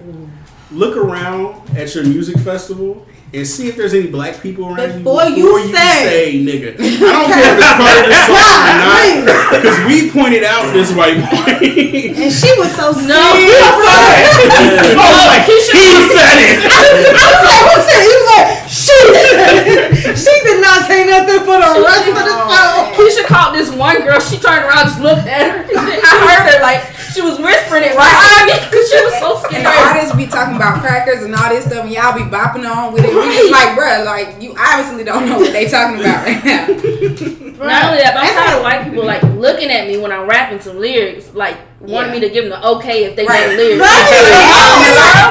Speaker 4: Look around at your music festival and see if there's any black people around
Speaker 5: Before
Speaker 4: you
Speaker 5: you
Speaker 4: before you say,
Speaker 5: say.
Speaker 4: nigga. I don't care if it's part of this song or
Speaker 5: God,
Speaker 4: not, because we pointed out this white boy.
Speaker 5: And she was so
Speaker 6: No.
Speaker 5: scared.
Speaker 4: I
Speaker 7: "Oh,
Speaker 5: Oh,
Speaker 4: was like, he said it.
Speaker 5: I was like, who said? He was like, she said it. She did not say nothing for the rest of the show.
Speaker 6: Keisha called this one girl. She turned around, just looked at her. I heard her like she was whispering it right behind me because she was so
Speaker 9: And the
Speaker 6: scared.
Speaker 9: artists be talking about crackers and all this stuff, and y'all be bopping on with it. We just like, bruh, like you obviously don't know what they talking about right now.
Speaker 6: Not only that, but I'm
Speaker 5: That's
Speaker 6: tired
Speaker 5: how-
Speaker 6: of white people like looking at me when I'm rapping some lyrics, like wanting
Speaker 9: Yeah.
Speaker 6: me to give them the okay if they
Speaker 9: Right.
Speaker 6: get lyrics.
Speaker 5: Right.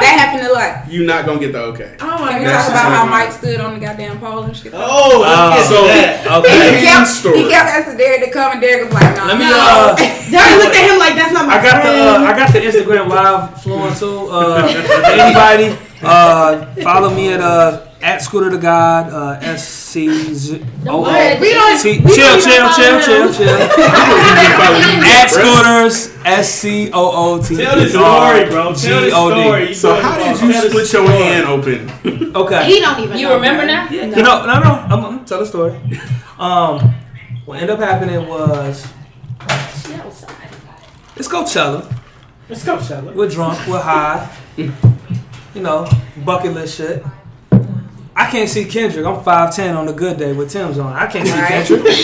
Speaker 9: That happened a lot. That happened a lot.
Speaker 4: You not gonna get the okay.
Speaker 5: Oh
Speaker 9: Can we
Speaker 4: That's
Speaker 9: talk about
Speaker 4: just
Speaker 9: how
Speaker 4: like-
Speaker 9: Mike stood on the goddamn pole and shit?
Speaker 8: Oh,
Speaker 7: Uh,
Speaker 8: look at
Speaker 4: so-
Speaker 8: that.
Speaker 9: He
Speaker 7: Okay.
Speaker 4: Hand
Speaker 9: kept,
Speaker 4: story.
Speaker 9: he kept asking Derek to come, and Derek was like, "No."
Speaker 7: Let me.
Speaker 9: no.
Speaker 7: Uh,
Speaker 5: Jerry looked at him like that's not my
Speaker 7: I got the
Speaker 5: friend.
Speaker 7: uh, I got the Instagram live flowing too. Uh, anybody uh, follow me at uh, at Scooter the God uh, S C Z O O.
Speaker 5: we don't.
Speaker 7: See,
Speaker 5: we don't
Speaker 7: Chill,
Speaker 5: even
Speaker 7: chill,
Speaker 5: follow
Speaker 7: chill,
Speaker 5: him.
Speaker 7: chill, chill. At Scooters S C O O T. E
Speaker 8: Tell the story, bro. Tell the
Speaker 7: G-O-D.
Speaker 8: story. You
Speaker 4: So
Speaker 8: gotta
Speaker 4: how did
Speaker 8: tell
Speaker 4: you
Speaker 8: the
Speaker 4: split your
Speaker 8: story.
Speaker 4: hand open?
Speaker 7: Okay.
Speaker 5: He don't even.
Speaker 6: You
Speaker 5: know,
Speaker 6: remember
Speaker 5: bro.
Speaker 6: now?
Speaker 7: No, no, no. I'm, I'm gonna tell the story. Um, what ended up happening was it's Coachella.
Speaker 8: Let's go, Shallow.
Speaker 7: We're drunk. We're high. You know, bucket list shit. I can't see Kendrick. I'm five ten on a good day with Tim's on. I can't see
Speaker 9: Right.
Speaker 7: Kendrick.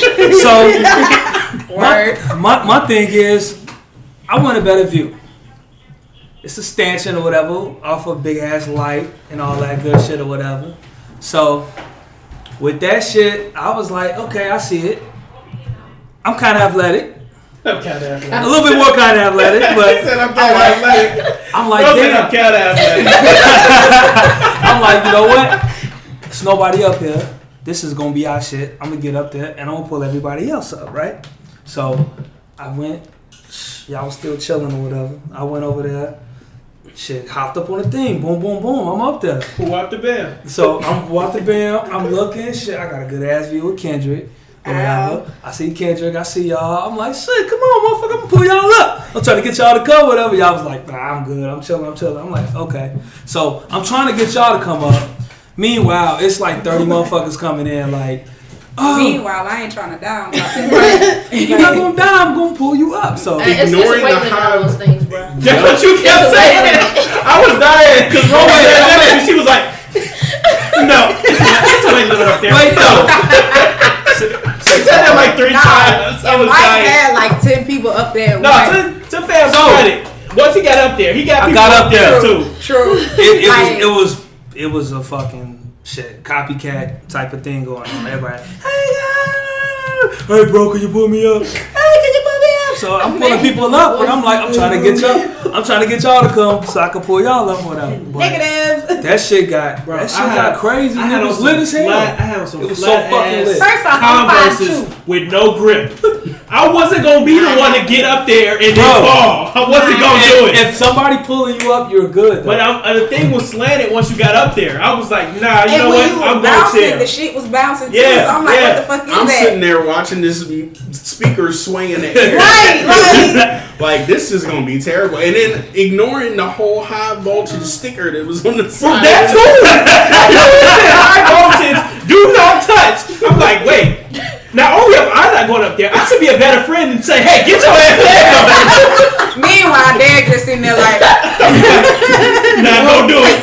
Speaker 7: So
Speaker 9: Word.
Speaker 7: my, my my thing is, I want a better view. It's a stanchion or whatever off of big ass light and all that good shit or whatever. So with that shit, I was like, okay, I see it. I'm kind of athletic,
Speaker 8: I'm kind of
Speaker 7: a
Speaker 8: athletic.
Speaker 7: little bit more kind of athletic,
Speaker 4: He
Speaker 7: but
Speaker 4: said, I'm kind of athletic.
Speaker 7: I'm
Speaker 8: I
Speaker 7: like,
Speaker 8: said
Speaker 7: damn.
Speaker 8: I'm kind of athletic.
Speaker 7: I'm like, you know what? It's nobody up here. This is gonna be our shit. I'm gonna get up there and I'm gonna pull everybody else up, right? So I went. Y'all was still chilling or whatever. I went over there. Shit, hopped up on the thing. Boom, boom, boom. I'm up there.
Speaker 8: Who whopped the bell?
Speaker 7: So I'm walking bam. I'm looking. Shit, I got a good ass view with Kendrick. or Whatever. I see Kendrick. I see y'all. I'm like, shit, come on, motherfucker. I'm gonna pull y'all up. I'm trying to get y'all to come, whatever. Y'all was like, nah, I'm good. I'm chilling. I'm chilling. I'm like, okay. So I'm trying to get y'all to come up. Meanwhile, it's like 30 motherfuckers coming in, like, oh,
Speaker 9: Meanwhile, I ain't trying to die. I'm about to-
Speaker 7: you're not gonna die. I'm gonna pull you up. So
Speaker 6: Uh, It's, it's
Speaker 4: Ignoring
Speaker 6: a weight
Speaker 4: the
Speaker 6: limit
Speaker 4: high-
Speaker 6: on those things, bro.
Speaker 8: That's what you kept saying. I was dying because Roman said that, and she was like, "No, it's not- it's only little up there."
Speaker 7: Wait, no.
Speaker 8: she said that like three times. I was
Speaker 9: Mike
Speaker 8: dying.
Speaker 9: had like ten people up there.
Speaker 8: No,
Speaker 9: Like,
Speaker 8: to to Fam's credit, once he got up there, he got
Speaker 7: I
Speaker 8: people
Speaker 7: got
Speaker 8: up
Speaker 7: up there.
Speaker 8: there too.
Speaker 9: true.
Speaker 7: it,
Speaker 9: Like-
Speaker 7: it, was, it was it was a fucking shit copycat type of thing going on. Everybody,
Speaker 5: Oh
Speaker 7: hey, uh, hey, bro, can you pull me up? Hey, can you pull me up? So I'm pulling people up, but I'm like, I'm trying to get y'all, I'm trying to get y'all to come so I can pull y'all up, whatever. But
Speaker 5: Negative.
Speaker 7: that shit got,
Speaker 8: Bro,
Speaker 7: that shit
Speaker 8: I had-
Speaker 7: got crazy.
Speaker 8: I had
Speaker 7: it
Speaker 8: on
Speaker 7: was
Speaker 8: some
Speaker 7: lit as hell.
Speaker 8: flat- I had on some
Speaker 7: It was so
Speaker 8: flat
Speaker 7: fucking
Speaker 8: ass
Speaker 7: lit.
Speaker 5: First off, I'm five
Speaker 8: Converses
Speaker 5: two.
Speaker 8: with no grip. I wasn't gonna be the one to get up there and then
Speaker 7: Bro.
Speaker 8: fall. I wasn't gonna do it.
Speaker 7: If, if somebody pulling you up, you're good. Though.
Speaker 8: But I, uh, the thing was slanted once you got up there. I was like, nah, you
Speaker 9: and
Speaker 8: know
Speaker 9: when
Speaker 8: what?
Speaker 9: you was
Speaker 8: I'm going
Speaker 9: bouncing,
Speaker 8: to
Speaker 9: the
Speaker 8: chill.
Speaker 9: shit was bouncing too.
Speaker 8: Yeah,
Speaker 9: so I'm like,
Speaker 8: yeah.
Speaker 9: what the fuck is
Speaker 4: I'm
Speaker 9: that?
Speaker 4: sitting there watching this m- speaker swing in the air.
Speaker 5: Right, right.
Speaker 4: Like this is gonna be terrible, and then ignoring the whole high voltage sticker that was on the
Speaker 8: From
Speaker 4: side.
Speaker 8: that too. high voltage, do not touch. I'm like, wait. Not only am I not going up there, I should be a better friend and say, hey, get your ass down.
Speaker 9: Meanwhile, Derek just sitting there like,
Speaker 8: nah, don't do it.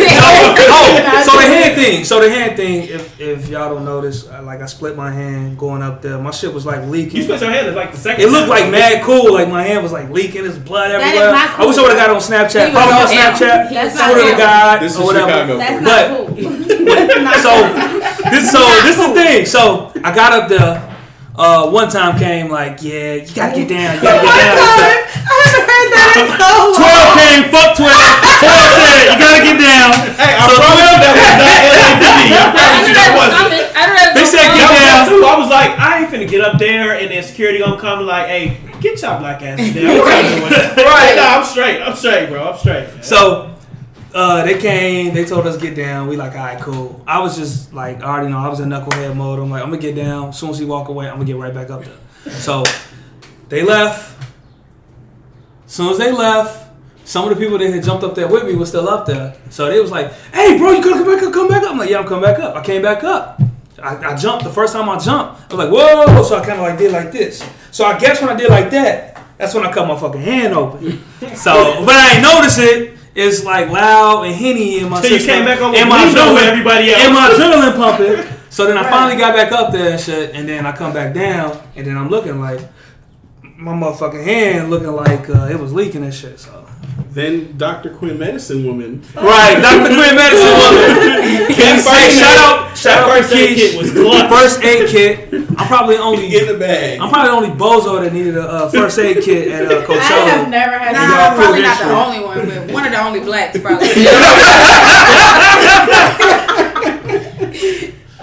Speaker 7: oh, so thing. So the hand thing. If if y'all don't notice, I, like I split my hand going up there. My shit was like
Speaker 8: You
Speaker 7: leaking.
Speaker 8: split your hand in like the second.
Speaker 7: It looked like
Speaker 8: time.
Speaker 7: mad cool. Like my hand was like leaking. There's blood
Speaker 5: is
Speaker 7: everywhere.
Speaker 5: not
Speaker 7: I wish I
Speaker 5: cool.
Speaker 7: would have got on Snapchat.
Speaker 9: He was
Speaker 7: Follow me on
Speaker 9: so down.
Speaker 7: Snapchat.
Speaker 5: That's
Speaker 9: not
Speaker 7: Swear to
Speaker 9: down.
Speaker 7: God
Speaker 4: This is
Speaker 7: or
Speaker 8: Oh,
Speaker 7: whatever.
Speaker 4: Chicago.
Speaker 5: That's
Speaker 7: But-
Speaker 5: not cool. That's not cool.
Speaker 7: so this so this is the thing. So I got up there. Uh, one time came like, yeah, you gotta get down,
Speaker 9: Oh
Speaker 7: you gotta get down.
Speaker 5: I haven't heard that in so long.
Speaker 7: Twelve came, fuck twelve. Twelve said, you gotta get down.
Speaker 8: Hey, I
Speaker 7: So-
Speaker 8: promise you that was not LAPD. I promise you that wasn't.
Speaker 7: They said
Speaker 8: Yeah,
Speaker 7: get down.
Speaker 8: I was too. I was like, I ain't finna get up there, and then security gonna come like, hey, get your black ass down. right? No, I'm straight. I'm straight, bro. I'm straight.
Speaker 7: So uh, they came, they told us get down. We like, all right, cool. I was just like, I already know, I was in knucklehead mode. I'm like, I'm gonna get down. As soon as he walk away, I'm gonna get right back up there. So they left. As soon as they left, some of the people that had jumped up there with me was still up there. So they was like, hey, bro, you gotta come back up, come back up. I'm like, yeah, I'm coming back up. I came back up. I, I jumped. The first time I jumped, I was like, whoa. So I kind of like did like this. So I guess when I did like that, that's when I cut my fucking hand open. So, but I ain't notice it. It's like loud and henny in my
Speaker 8: So you
Speaker 7: system.
Speaker 8: came back over
Speaker 7: and
Speaker 8: with
Speaker 7: my
Speaker 8: me, though,
Speaker 7: adrenaline,
Speaker 8: everybody else.
Speaker 7: and my adrenaline pumping. So then I finally got back up there and shit, and then I come back down, and then I'm looking like my motherfucking hand looking like uh, it was leaking and shit. So
Speaker 4: Then Dr. Quinn Medicine Woman.
Speaker 7: right, Dr. Quinn Medicine woman. Can you say shout out? Shout out
Speaker 8: First
Speaker 7: to
Speaker 8: aid
Speaker 7: Keish.
Speaker 8: kit was glued.
Speaker 7: First aid kit. I'm probably only
Speaker 4: In the bag.
Speaker 7: I'm probably the only bozo that needed a uh, first aid kit at uh,
Speaker 9: I have
Speaker 7: Coachella.
Speaker 9: never had.
Speaker 7: You got
Speaker 9: Nah,
Speaker 7: a
Speaker 9: I'm probably
Speaker 7: cool
Speaker 9: not the
Speaker 7: history.
Speaker 9: only one, but one of the only blacks probably.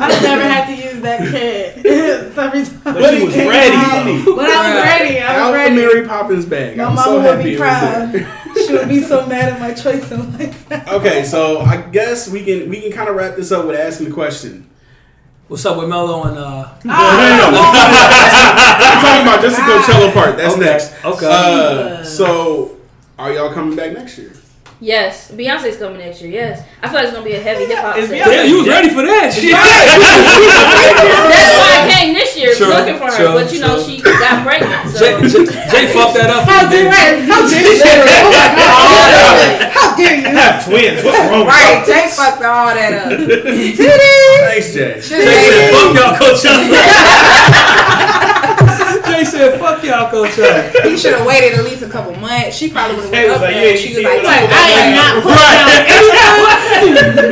Speaker 5: I've never had to use that kid. Every time
Speaker 8: But
Speaker 5: it
Speaker 8: you was
Speaker 5: came
Speaker 8: ready.
Speaker 5: out. When I was ready, I
Speaker 4: Out the
Speaker 5: was ready.
Speaker 4: Mary Poppins bag.
Speaker 5: My
Speaker 4: I'm
Speaker 5: mama
Speaker 4: so
Speaker 5: would
Speaker 4: happy
Speaker 5: be
Speaker 4: it was there.
Speaker 5: proud. she would be so mad at my choice in life.
Speaker 4: Okay, so I guess we can we can kind of wrap this up with asking the question.
Speaker 7: What's up with Mello and uh?
Speaker 4: No, no,
Speaker 5: Oh,
Speaker 4: no. no. I'm talking about just the Coachella part. That's
Speaker 7: Okay,
Speaker 4: next.
Speaker 7: okay.
Speaker 4: Uh, so, are y'all coming back next year?
Speaker 6: Yes, Beyonce's coming next year. Yes, I feel like it's gonna be a heavy hip hop
Speaker 8: Is
Speaker 6: set.
Speaker 7: Damn,
Speaker 8: Beyonce-
Speaker 7: you was ready for that shit.
Speaker 6: That's why I came this year
Speaker 7: True,
Speaker 6: looking for her,
Speaker 7: true,
Speaker 6: but you know
Speaker 7: true.
Speaker 6: she got pregnant. So
Speaker 7: Jay, Jay, Jay fucked that up.
Speaker 5: How dare you? How dare you? Oh my God. How dare you?
Speaker 8: have twins. What's wrong with
Speaker 9: right,
Speaker 8: you?
Speaker 9: Jay fucked all that up.
Speaker 4: Thanks, Jay.
Speaker 7: Jay
Speaker 9: Should've-
Speaker 7: said, "Fuck y'all, Coachella." Jay said, "Fuck y'all, Coachella."
Speaker 9: He should have waited at least a couple months. She probably would have
Speaker 8: Jay
Speaker 9: went
Speaker 8: was
Speaker 9: up
Speaker 8: like,
Speaker 9: there.
Speaker 8: yeah,
Speaker 9: she
Speaker 8: you
Speaker 9: was
Speaker 8: see
Speaker 9: like,
Speaker 8: what
Speaker 9: "Fuck,
Speaker 8: I'm doing."
Speaker 9: I am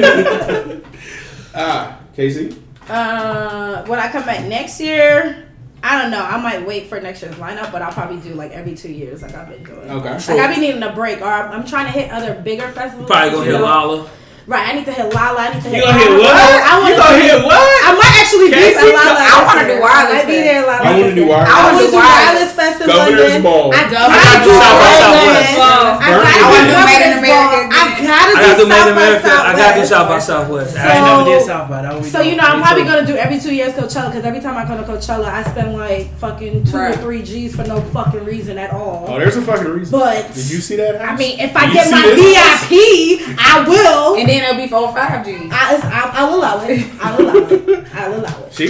Speaker 9: not
Speaker 4: Ah, Casey.
Speaker 5: Uh, when I come back next year, I don't know. I might wait for next year's lineup, but I'll probably do like every two years, like I've been doing.
Speaker 4: Okay.
Speaker 5: Like I've been needing a break, or I'm, I'm trying to hit other bigger festivals.
Speaker 7: Probably gonna
Speaker 5: you
Speaker 7: hit
Speaker 5: know?
Speaker 7: Lala.
Speaker 5: Right, I need to hit Lala. I need to hit.
Speaker 8: You gonna hit
Speaker 5: Lala. I
Speaker 8: what? You
Speaker 5: wanna
Speaker 8: gonna
Speaker 5: do-
Speaker 8: hit what?
Speaker 5: I might actually be
Speaker 8: Casey,
Speaker 5: at Lala.
Speaker 9: I wanna
Speaker 5: this
Speaker 9: do
Speaker 5: year.
Speaker 9: Wireless
Speaker 5: I might be
Speaker 9: Fest.
Speaker 5: there at
Speaker 4: I
Speaker 5: Lala.
Speaker 4: wanna do
Speaker 5: this year.
Speaker 4: Wireless
Speaker 5: I want
Speaker 9: Fest.
Speaker 5: to do Wireless Fest in
Speaker 4: Governor's
Speaker 5: London.
Speaker 4: Ball.
Speaker 5: I
Speaker 9: Governor's
Speaker 5: gotta do
Speaker 7: Ball.
Speaker 5: London.
Speaker 9: Southwest.
Speaker 5: I gotta
Speaker 4: I wanna
Speaker 5: do
Speaker 4: do
Speaker 9: Made in
Speaker 5: Governor's Ball.
Speaker 9: America.
Speaker 5: I gotta do
Speaker 7: I gotta do Made in
Speaker 5: South by
Speaker 7: America. I gotta do
Speaker 5: Southwest.
Speaker 7: South by Southwest.
Speaker 8: I ain't never did
Speaker 5: So-
Speaker 8: South by. That was
Speaker 5: So you know, I'm probably gonna do every two years Coachella because every time I go to Coachella, I spend like fucking two or
Speaker 9: Right.
Speaker 5: three G's for no fucking reason at
Speaker 4: Oh,
Speaker 5: all.
Speaker 4: there's a fucking reason.
Speaker 5: But
Speaker 4: Did you see that? House?
Speaker 5: I mean, if
Speaker 4: You
Speaker 5: I get
Speaker 4: see
Speaker 5: my
Speaker 4: this?
Speaker 5: VIP, I will.
Speaker 9: And then it'll be four five G.
Speaker 5: I, it's- I, I will allow it. I will allow it. I will allow it.
Speaker 4: she.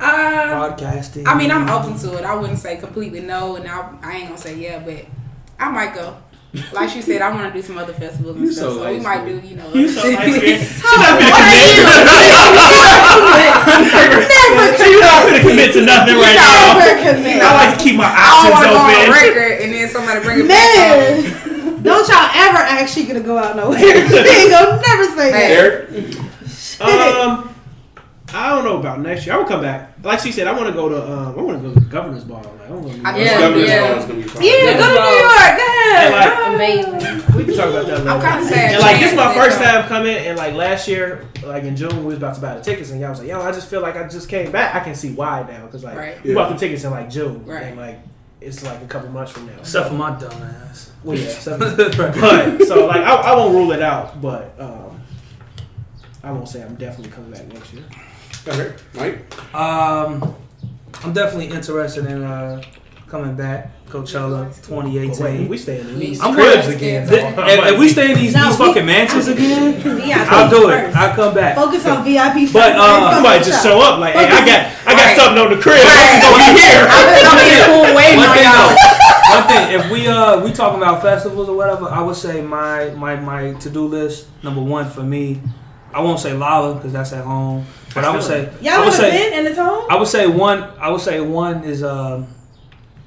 Speaker 9: Uh,
Speaker 7: Podcasting.
Speaker 9: I mean, I'm open to it. I wouldn't say completely no, and I, I ain't gonna say yeah, but I might go. Like she said, I want to do some other festivals and
Speaker 4: You
Speaker 9: stuff,
Speaker 4: so
Speaker 9: so, we
Speaker 4: lazy.
Speaker 9: might do, you know.
Speaker 8: You so nice, man. She's not
Speaker 5: What are you?
Speaker 8: finna commit.
Speaker 5: Never
Speaker 8: She's not finna commit to nothing right now.
Speaker 5: Never commit.
Speaker 8: I like to keep my
Speaker 9: I
Speaker 8: options
Speaker 9: want to go on
Speaker 8: open.
Speaker 9: record, and then somebody bring it back. up.
Speaker 5: Man, don't y'all ever actually gonna go out nowhere. she ain't gonna never say that.
Speaker 4: Eric.
Speaker 8: Um, I don't know about next year. I will come back. Like she said, I want to go to. Um, I want to go to the governor's ball. Like, I wanna go to-
Speaker 9: I
Speaker 6: Yeah,
Speaker 4: Governor's
Speaker 6: yeah.
Speaker 4: Ball is gonna be fun.
Speaker 5: Yeah, go to New York. Go ahead.
Speaker 8: And, like,
Speaker 6: amazing.
Speaker 8: we can talk about that. Later.
Speaker 9: I'm kinda sad
Speaker 8: And like this is my
Speaker 9: Chance
Speaker 8: first
Speaker 9: didn't
Speaker 8: time coming, and like last year, like in June, we was about to buy the tickets, and y'all was like, "Yo, I just feel like I just came back. I can see why now, because like
Speaker 9: Right.
Speaker 8: we bought the tickets in like June,
Speaker 9: Right.
Speaker 8: and like it's like a couple months from now."
Speaker 7: except for my dumb ass.
Speaker 8: well, yeah, so- but so like I, I won't rule it out, but um, I won't say I'm definitely coming back next year.
Speaker 4: Okay. Mike.
Speaker 7: Um, I'm definitely interested in uh, coming back Coachella
Speaker 8: But wait, if
Speaker 7: 2018.
Speaker 8: we stay in the league.
Speaker 7: I'm
Speaker 9: Cribs
Speaker 7: good.
Speaker 9: again.
Speaker 7: Th- If, if we stay in these,
Speaker 5: No,
Speaker 7: these
Speaker 5: we-
Speaker 7: fucking mansions again,
Speaker 5: VIP
Speaker 7: I'll do it.
Speaker 5: first.
Speaker 7: I'll come back.
Speaker 5: Focus on VIP. first.
Speaker 7: But, uh,
Speaker 5: Focus
Speaker 8: I might just
Speaker 5: on-
Speaker 8: show up like, hey, I got, I got
Speaker 9: Right.
Speaker 8: something on the crib.
Speaker 9: Right.
Speaker 7: Oh,
Speaker 8: It's gonna be here.
Speaker 9: I'm in a cool waiting
Speaker 7: one
Speaker 9: on
Speaker 7: thing
Speaker 9: y'all.
Speaker 7: though, one thing. If we uh we talking about festivals or whatever, I would say my my my to do list number one for me I won't say lava because that's at home, but I would say
Speaker 5: Y'all
Speaker 7: I
Speaker 5: ever
Speaker 7: would say
Speaker 5: been in the home?
Speaker 7: I would say one I would say one is um,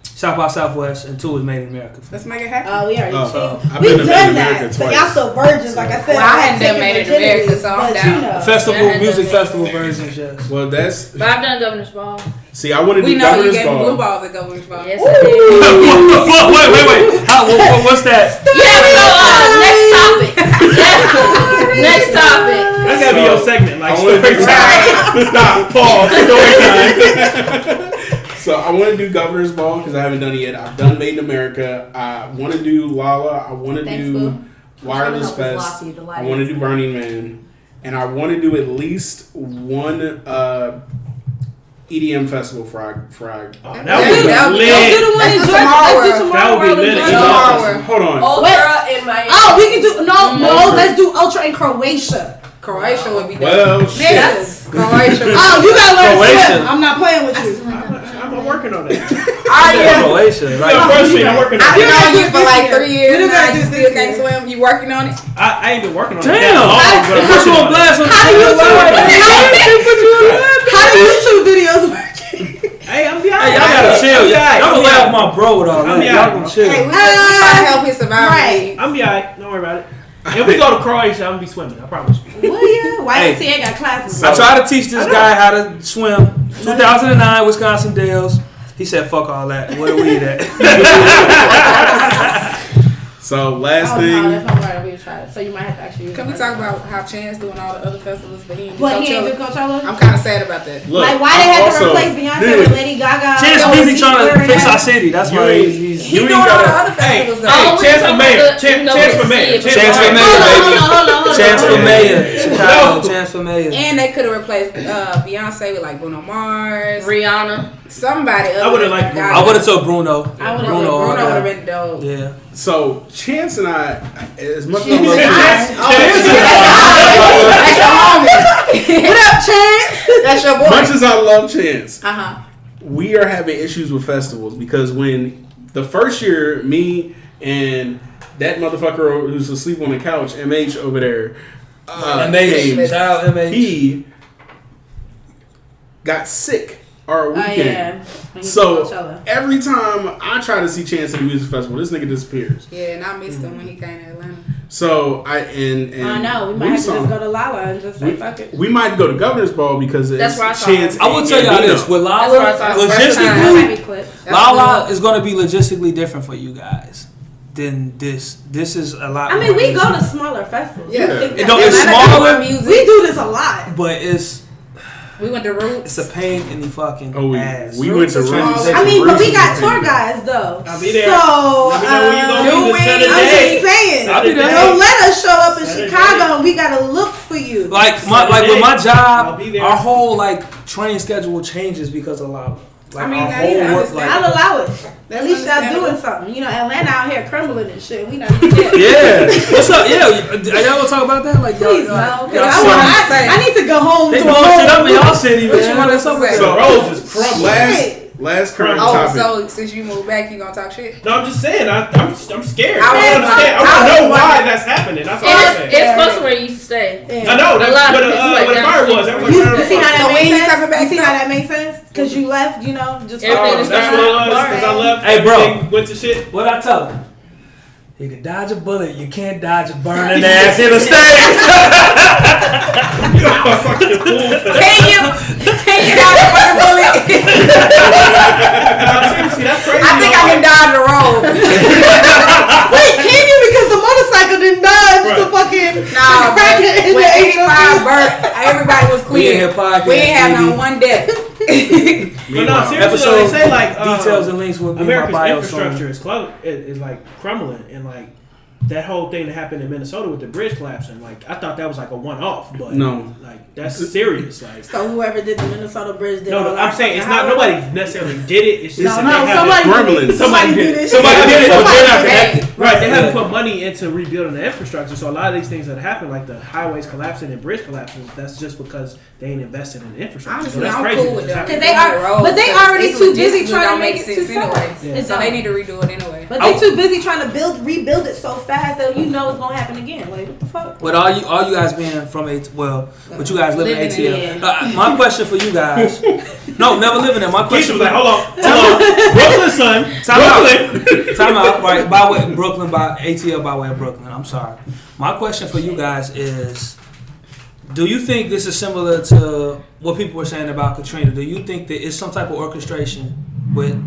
Speaker 7: South by Southwest and two is Made in America.
Speaker 9: Let's make it happen.
Speaker 5: Oh, we already
Speaker 4: Oh,
Speaker 5: seen.
Speaker 4: I've
Speaker 5: We've
Speaker 4: been to Made
Speaker 5: done
Speaker 4: in America
Speaker 5: that. So y'all
Speaker 4: twice.
Speaker 5: still virgins, like I said.
Speaker 9: Well, I hadn't done
Speaker 5: taken
Speaker 9: Made in
Speaker 5: virginities,
Speaker 9: America, so I'm
Speaker 5: but,
Speaker 9: down.
Speaker 5: You know,
Speaker 7: Festival
Speaker 6: Yeah,
Speaker 7: music
Speaker 6: that's-
Speaker 7: festival versions, yes.
Speaker 4: Well, that's
Speaker 6: But I've done Governor's Ball.
Speaker 4: see. I want to
Speaker 9: We
Speaker 4: do
Speaker 9: know you
Speaker 4: governor's
Speaker 9: gave me blue
Speaker 4: ball.
Speaker 9: balls at Governor's Ball.
Speaker 6: Yes, I did.
Speaker 7: what the fuck? Wait, wait, wait. How, what, what- what's that?
Speaker 6: Yeah, so uh, next topic. next topic.
Speaker 8: That's gotta be your segment. Like, story time.
Speaker 4: Stop. Pause. Story time. so I want to do governor's ball because I haven't done it yet. I've done Made in America. I want to do Lala. I want to
Speaker 1: Thanks,
Speaker 4: do
Speaker 1: boo.
Speaker 4: Wireless
Speaker 1: I'm trying to help us
Speaker 4: Fest.
Speaker 1: lock you, the
Speaker 4: I
Speaker 1: light
Speaker 4: want to
Speaker 1: is-
Speaker 4: do Burning Man, and I want to do at least one uh, EDM festival for our, for our
Speaker 8: That would be
Speaker 9: Let's do
Speaker 8: lit.
Speaker 9: the one in
Speaker 5: Let's do
Speaker 9: Georgia. Let's do
Speaker 5: tomorrow.
Speaker 8: That would be
Speaker 9: tomorrow.
Speaker 8: lit.
Speaker 9: Let's
Speaker 8: as
Speaker 9: do
Speaker 8: hell.
Speaker 9: tomorrow.
Speaker 4: Hold on.
Speaker 1: Ultra in Miami.
Speaker 5: Oh, we can do no, no.
Speaker 9: Mm-hmm.
Speaker 4: Ultra.
Speaker 5: Let's do ultra in Croatia.
Speaker 9: Croatia would be dope.
Speaker 4: Well, shit.
Speaker 9: Yes. Croatia.
Speaker 5: Oh, you gotta learn to
Speaker 7: Croatia.
Speaker 5: swim. I'm not playing with you.
Speaker 8: I'm I'm working on that.
Speaker 7: Croatia.
Speaker 8: Like,
Speaker 7: Like,
Speaker 8: first thing, I'm working on
Speaker 9: I've been
Speaker 8: that.
Speaker 9: on you for like
Speaker 5: year.
Speaker 9: three years. You
Speaker 5: You done
Speaker 9: now
Speaker 5: got
Speaker 9: you
Speaker 5: this
Speaker 9: still
Speaker 5: this
Speaker 9: can't
Speaker 5: year.
Speaker 9: swim. You working on it?
Speaker 8: I, I ain't been working on
Speaker 7: damn.
Speaker 8: that long, but I'm
Speaker 7: put you on blast on
Speaker 5: How do you
Speaker 7: the
Speaker 5: How do YouTube videos work?
Speaker 8: Hey, I'm behind.
Speaker 7: Hey, y'all gotta chill. Y'all gonna laugh my bro with all that.
Speaker 8: I'm
Speaker 7: Y'all
Speaker 8: out.
Speaker 7: gonna chill.
Speaker 9: Hey, we just trying to help his survival.
Speaker 5: Right.
Speaker 9: Right.
Speaker 8: I'm be alright. Don't worry about it. If we go to Croatia, I'm gonna be swimming. I promise you.
Speaker 5: Well, yeah. Why
Speaker 7: Hey.
Speaker 5: you ain't got classes?
Speaker 4: Oh.
Speaker 7: I tried to teach this guy how to swim. 2009 Wisconsin Dales. He said, "Fuck all that. Where the weed at?"
Speaker 4: So last
Speaker 5: Oh,
Speaker 4: thing.
Speaker 5: no, that's not right. We tried. So you might have to actually.
Speaker 9: Can we talk about how Chance doing all the other festivals, but he ain't
Speaker 5: But he ain't
Speaker 9: Coachella?
Speaker 5: do Coachella.
Speaker 9: I'm kind of sad about that.
Speaker 4: Look,
Speaker 5: like why
Speaker 4: I'm
Speaker 5: they had to
Speaker 4: also-
Speaker 5: replace Beyonce
Speaker 4: Dude,
Speaker 5: with Lady Gaga?
Speaker 7: Chance
Speaker 5: That was
Speaker 7: busy trying to
Speaker 5: deep
Speaker 7: fix our
Speaker 5: area.
Speaker 7: city. That's
Speaker 4: You
Speaker 7: why
Speaker 4: ain't-
Speaker 7: he's. he's
Speaker 9: He
Speaker 8: You
Speaker 9: doing
Speaker 8: ain't
Speaker 9: all the
Speaker 8: gotta-
Speaker 9: other festivals though.
Speaker 6: Oh,
Speaker 8: Hey,
Speaker 6: we
Speaker 8: chance for
Speaker 6: talking
Speaker 8: mayor.
Speaker 6: about the-
Speaker 8: Chan-
Speaker 6: no,
Speaker 8: Chance
Speaker 6: we
Speaker 8: for
Speaker 6: see
Speaker 8: mayor.
Speaker 6: it, but
Speaker 7: Chance for
Speaker 6: Hold
Speaker 7: mayor, baby.
Speaker 5: Hold on, hold on, hold
Speaker 7: Chance
Speaker 5: on.
Speaker 7: for mayor.
Speaker 8: No.
Speaker 7: Chicago. Chance for mayor.
Speaker 9: And they could have replaced uh, Beyonce with like Bruno Mars,
Speaker 6: Rihanna.
Speaker 9: somebody. Other
Speaker 8: would've
Speaker 9: than
Speaker 8: liked Bruno.
Speaker 9: Gaga.
Speaker 7: I would have told Bruno.
Speaker 5: I would've
Speaker 7: Bruno.
Speaker 5: told
Speaker 7: all
Speaker 9: Bruno would have been
Speaker 7: that.
Speaker 9: dope.
Speaker 7: Yeah.
Speaker 4: So Chance and I, as much as I
Speaker 5: Chance
Speaker 4: love
Speaker 5: and Oh,
Speaker 4: Chance,
Speaker 9: That's your homie.
Speaker 5: What up, Chance?
Speaker 9: That's your boy.
Speaker 4: much as I love Chance,
Speaker 9: Uh huh.
Speaker 4: we are having issues with festivals because when the first year, me and that motherfucker who's asleep on the couch, MH over there, uh,
Speaker 7: Amazing.
Speaker 4: came,
Speaker 7: Child amazing.
Speaker 4: he got sick our
Speaker 5: Oh
Speaker 4: weekend.
Speaker 5: yeah.
Speaker 4: So every time I try to see Chance at a music festival, this nigga disappears.
Speaker 9: Yeah, and I missed him when he came to Atlanta.
Speaker 4: So I and, and
Speaker 5: I know. We might
Speaker 4: we
Speaker 5: have to
Speaker 4: saw-
Speaker 5: just go to Lala and just say fuck it.
Speaker 4: We might go to Governor's Ball because it's
Speaker 6: That's where I saw
Speaker 4: chance.
Speaker 6: him.
Speaker 7: I will tell y'all this. With
Speaker 6: That's what I
Speaker 7: Lala,
Speaker 6: saw the
Speaker 9: first time.
Speaker 7: logistically,
Speaker 5: That might be quick.
Speaker 9: That's
Speaker 7: Lala
Speaker 9: cool.
Speaker 7: is going to be logistically different for you guys than this. This is a lot.
Speaker 5: I mean,
Speaker 7: more
Speaker 5: we
Speaker 7: easy.
Speaker 5: go to smaller festivals. You
Speaker 9: Yeah.
Speaker 5: think
Speaker 7: It
Speaker 5: that-
Speaker 7: don't- it's
Speaker 9: Atlanta got
Speaker 7: smaller.
Speaker 9: more
Speaker 5: We
Speaker 9: Music.
Speaker 5: do this a lot.
Speaker 7: but it's
Speaker 9: We went to Roots.
Speaker 7: it's a pain in the fucking
Speaker 4: Oh, we,
Speaker 7: ass.
Speaker 4: we went to
Speaker 9: Roots is
Speaker 4: Roots.
Speaker 9: small.
Speaker 5: I mean, but
Speaker 4: Roots
Speaker 5: we
Speaker 4: is
Speaker 5: got
Speaker 4: a
Speaker 5: tour
Speaker 4: thing.
Speaker 5: guys though.
Speaker 8: I'll be there.
Speaker 5: So
Speaker 8: Let me know when you
Speaker 5: uh,
Speaker 8: gonna be this
Speaker 9: doing-
Speaker 5: I'm
Speaker 8: Saturday.
Speaker 5: just saying.
Speaker 7: I'll be there.
Speaker 5: Don't let us show up in
Speaker 8: Saturday.
Speaker 5: Chicago and we gotta look for you.
Speaker 7: like my like with my
Speaker 8: I'll
Speaker 7: job,
Speaker 8: be there.
Speaker 7: our whole like training schedule changes because of Lala. Like
Speaker 9: I mean,
Speaker 7: our
Speaker 9: that
Speaker 7: whole
Speaker 9: is
Speaker 7: work, like,
Speaker 5: I'll allow it. At
Speaker 9: That's
Speaker 5: least y'all
Speaker 9: understandable.
Speaker 5: doing something. You know, Atlanta out here crumbling and shit. We not doing that.
Speaker 7: yeah. What's up? Yeah, y- are y'all gonna talk about that? Like, y'all,
Speaker 5: Please, no.
Speaker 7: y'all,
Speaker 5: Okay,
Speaker 7: y'all
Speaker 5: I,
Speaker 7: see-
Speaker 5: want,
Speaker 9: sorry.
Speaker 5: I, I need to go home
Speaker 7: they
Speaker 5: to
Speaker 7: blowing shit up in y'all city,
Speaker 9: What you
Speaker 7: man.
Speaker 9: want us
Speaker 7: What's
Speaker 9: to say?
Speaker 7: up with
Speaker 8: The
Speaker 7: that?
Speaker 8: roads is crumbling.
Speaker 4: Last last current
Speaker 8: Oh,
Speaker 9: Oh,
Speaker 4: topic.
Speaker 9: so since you moved back, you gonna talk shit?
Speaker 8: No, I'm just saying. I, I'm I'm scared. I,
Speaker 9: I was-
Speaker 8: don't understand. I,
Speaker 9: I
Speaker 8: want
Speaker 9: was
Speaker 8: to know why
Speaker 9: wondering.
Speaker 8: that's happening. That's all I'm
Speaker 6: It's,
Speaker 8: saying.
Speaker 6: it's close to where you used to stay.
Speaker 8: I know.
Speaker 6: a
Speaker 8: That's
Speaker 6: lot of
Speaker 8: what the,
Speaker 6: people
Speaker 8: uh,
Speaker 6: like
Speaker 8: what the
Speaker 6: down
Speaker 8: fire
Speaker 6: the
Speaker 8: was. I
Speaker 6: street.
Speaker 5: You,
Speaker 8: was like,
Speaker 5: you
Speaker 8: where the
Speaker 5: see
Speaker 8: fuck-
Speaker 5: how that
Speaker 9: So when
Speaker 5: makes
Speaker 9: you
Speaker 5: sense?
Speaker 9: coming back
Speaker 5: You see how
Speaker 9: now?
Speaker 5: that makes sense? Because you left, you know, just
Speaker 6: Everything
Speaker 8: Oh,
Speaker 6: is
Speaker 8: that's what it was. Cause I left.
Speaker 7: Hey, bro.
Speaker 8: everything Went to shit.
Speaker 7: What I tell him? You can dodge a bullet, you can't dodge a burning ass in a stage.
Speaker 8: You are a fucking fool.
Speaker 9: Can you? Can you dodge a burn bullet?
Speaker 8: Nah, Seriously, that's crazy.
Speaker 9: I think I can dodge a roll.
Speaker 5: Wait, can you? Because the motorcycle didn't dodge the
Speaker 8: Right.
Speaker 5: fucking
Speaker 9: Nah,
Speaker 5: crack in
Speaker 9: but
Speaker 5: the
Speaker 9: when 85
Speaker 5: 85.
Speaker 9: burnt, everybody was
Speaker 7: We in here
Speaker 9: clear.
Speaker 7: podcast.
Speaker 9: We ain't have
Speaker 7: baby.
Speaker 9: no one death.
Speaker 8: But no,
Speaker 4: Meanwhile,
Speaker 8: seriously, though, they say like uh,
Speaker 7: details and links will be in my
Speaker 8: America's
Speaker 7: bio.
Speaker 8: infrastructure is, clo- is, is like crumbling, and like that whole thing that happened in Minnesota with the bridge collapsing. Like I thought that was like a one-off, but
Speaker 4: No.
Speaker 8: like that's serious. Like
Speaker 5: So whoever did the Minnesota bridge did
Speaker 8: no,
Speaker 5: all
Speaker 8: no,
Speaker 5: that.
Speaker 8: I'm saying it's not nobody necessarily did it. It's just
Speaker 5: No,
Speaker 8: that
Speaker 5: no,
Speaker 8: they have
Speaker 5: somebody, did
Speaker 4: gremlins.
Speaker 5: it. somebody did it.
Speaker 8: Somebody did it, but
Speaker 7: they're
Speaker 5: Somebody
Speaker 7: not
Speaker 5: did it.
Speaker 7: connected.
Speaker 8: Right, they
Speaker 7: Yeah.
Speaker 8: haven't put money into rebuilding the infrastructure. So a lot of these things that happen, like the highways collapsing and bridge collapsing, that's just because they ain't invested in the infrastructure. so
Speaker 9: Honestly,
Speaker 8: that's
Speaker 9: I'm
Speaker 8: crazy.
Speaker 9: cool with
Speaker 8: It's
Speaker 9: them.
Speaker 8: happening.
Speaker 5: they are- but they already too busy trying to make it to
Speaker 9: anyway.
Speaker 5: It's
Speaker 9: So
Speaker 5: not.
Speaker 9: they need to redo it anyway. Yeah.
Speaker 5: But they too busy trying to build, rebuild it so fast that you know it's gonna happen again. Like what the fuck?
Speaker 7: With all you, all you guys being from AT, well, but you guys living in
Speaker 9: Living in
Speaker 7: ATL.
Speaker 9: it.
Speaker 7: Uh, my question for you guys, no, never living there. My
Speaker 8: Keisha
Speaker 7: question
Speaker 8: was
Speaker 7: for
Speaker 8: like, hold on, hold on. Brooklyn, son.
Speaker 7: Time
Speaker 8: Brooklyn.
Speaker 7: out. Time out. Right. By way of Brooklyn, by ATL, by way of Brooklyn. I'm sorry. My question for you guys is Do you think this is similar to what people were saying about Katrina? Do you think that it's some type of orchestration with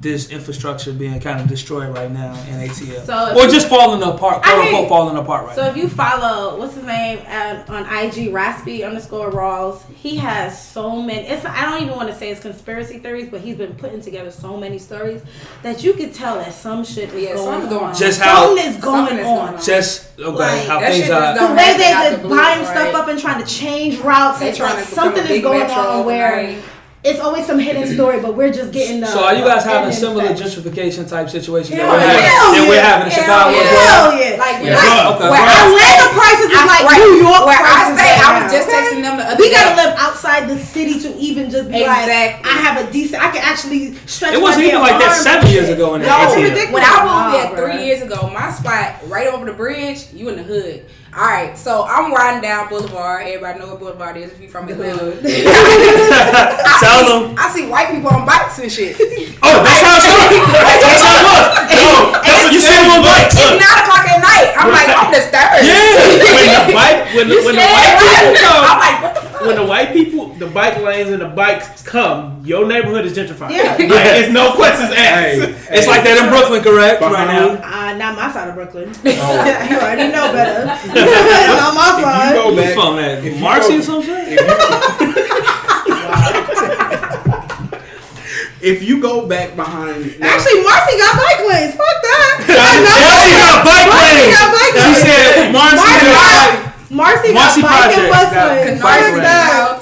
Speaker 7: this infrastructure being kind of destroyed right now in ATL?
Speaker 5: So if
Speaker 7: or
Speaker 5: you-
Speaker 7: just falling apart,
Speaker 5: I
Speaker 7: quote
Speaker 5: hear
Speaker 7: unquote,
Speaker 5: you.
Speaker 7: falling apart right
Speaker 5: So
Speaker 7: now?
Speaker 5: if you follow what's his name uh, on IG, Raspy underscore Rawls, he has so many. It's I don't even want to say it's conspiracy theories, but he's been putting together so many stories that you could tell that some shit is
Speaker 9: Yeah,
Speaker 5: going,
Speaker 9: something going
Speaker 5: on.
Speaker 9: on.
Speaker 7: Just how-
Speaker 5: something is going
Speaker 9: Something is
Speaker 5: on.
Speaker 9: going on.
Speaker 7: Just, okay,
Speaker 5: Like,
Speaker 7: how
Speaker 9: that
Speaker 7: things
Speaker 9: shit
Speaker 7: are.
Speaker 9: just
Speaker 5: The
Speaker 9: don't-
Speaker 5: way they
Speaker 9: Out
Speaker 5: are
Speaker 9: the blue,
Speaker 5: buying
Speaker 9: right.
Speaker 5: stuff up and trying to change routes,
Speaker 9: They
Speaker 5: it's like
Speaker 9: trying to become a
Speaker 5: something is
Speaker 9: big
Speaker 5: going
Speaker 9: metro
Speaker 5: on where
Speaker 9: overnight.
Speaker 5: it's always some hidden story, but we're just getting the.
Speaker 7: So are you guys having
Speaker 5: end
Speaker 7: similar
Speaker 5: effect.
Speaker 7: gentrification type situation that
Speaker 9: Hell
Speaker 7: we're having,
Speaker 5: yeah.
Speaker 7: that we're having in
Speaker 9: Hell
Speaker 7: Chicago? as
Speaker 9: yeah.
Speaker 7: well?
Speaker 5: Hell yeah! Like
Speaker 9: Yeah.
Speaker 5: I-
Speaker 8: Bruh.
Speaker 7: Okay.
Speaker 9: Where
Speaker 7: bruh.
Speaker 9: I
Speaker 5: Atlanta prices is like
Speaker 9: right.
Speaker 5: New York
Speaker 9: Where I
Speaker 5: prices.
Speaker 9: stay, I
Speaker 5: right now.
Speaker 9: was just texting them the other
Speaker 5: We
Speaker 9: day.
Speaker 5: gotta live outside the city to even just be like,
Speaker 9: Exactly.
Speaker 5: I have a decent. I can actually stretch.
Speaker 7: It
Speaker 5: my
Speaker 7: wasn't even
Speaker 5: damn
Speaker 7: like that
Speaker 5: arms
Speaker 7: seven
Speaker 5: and
Speaker 7: years
Speaker 5: shit.
Speaker 7: ago
Speaker 5: no,
Speaker 7: in ATL.
Speaker 5: it's ridiculous.
Speaker 9: When I moved there
Speaker 5: Nah,
Speaker 9: three
Speaker 5: bruh.
Speaker 9: years ago, my spot right over the bridge, you in the hood. All right, so I'm riding down Boulevard. Everybody know what Boulevard is if you from Atlanta. I see-
Speaker 7: Tell them.
Speaker 9: I see white people on bikes and shit.
Speaker 8: Oh, that's how it started. That's how it was. No, that's what you see on bike.
Speaker 9: It's nine o'clock at night. I'm like, I'm disturbed.
Speaker 8: When the bike, when the, when the white people come,
Speaker 9: I'm like, what the fuck?
Speaker 8: when the white people, the bike lanes and the bikes come, your neighborhood is gentrified.
Speaker 5: Yeah.
Speaker 8: Like, it's no questions asked.
Speaker 4: Hey,
Speaker 7: It's like that in Brooklyn, correct? Right
Speaker 4: Behind-
Speaker 7: now.
Speaker 5: Uh, not my side of Brooklyn. you already know better. not my
Speaker 4: If you
Speaker 5: side.
Speaker 4: go
Speaker 7: Who's
Speaker 4: back,
Speaker 7: from that?
Speaker 4: if you go-
Speaker 7: Marcy or something?
Speaker 4: if you go back behind, now-
Speaker 5: Actually, Marcy got bike lanes. Fuck that. I know.
Speaker 7: Marcy got bike
Speaker 5: Marcy got bike lanes.
Speaker 7: lanes. She said Marcy
Speaker 5: Marcy got- Marcy
Speaker 7: got
Speaker 5: got
Speaker 7: Marcy
Speaker 5: bike and
Speaker 7: Project
Speaker 5: bus
Speaker 7: got
Speaker 5: lanes.
Speaker 7: bike
Speaker 5: Fuck
Speaker 7: lanes.
Speaker 5: that.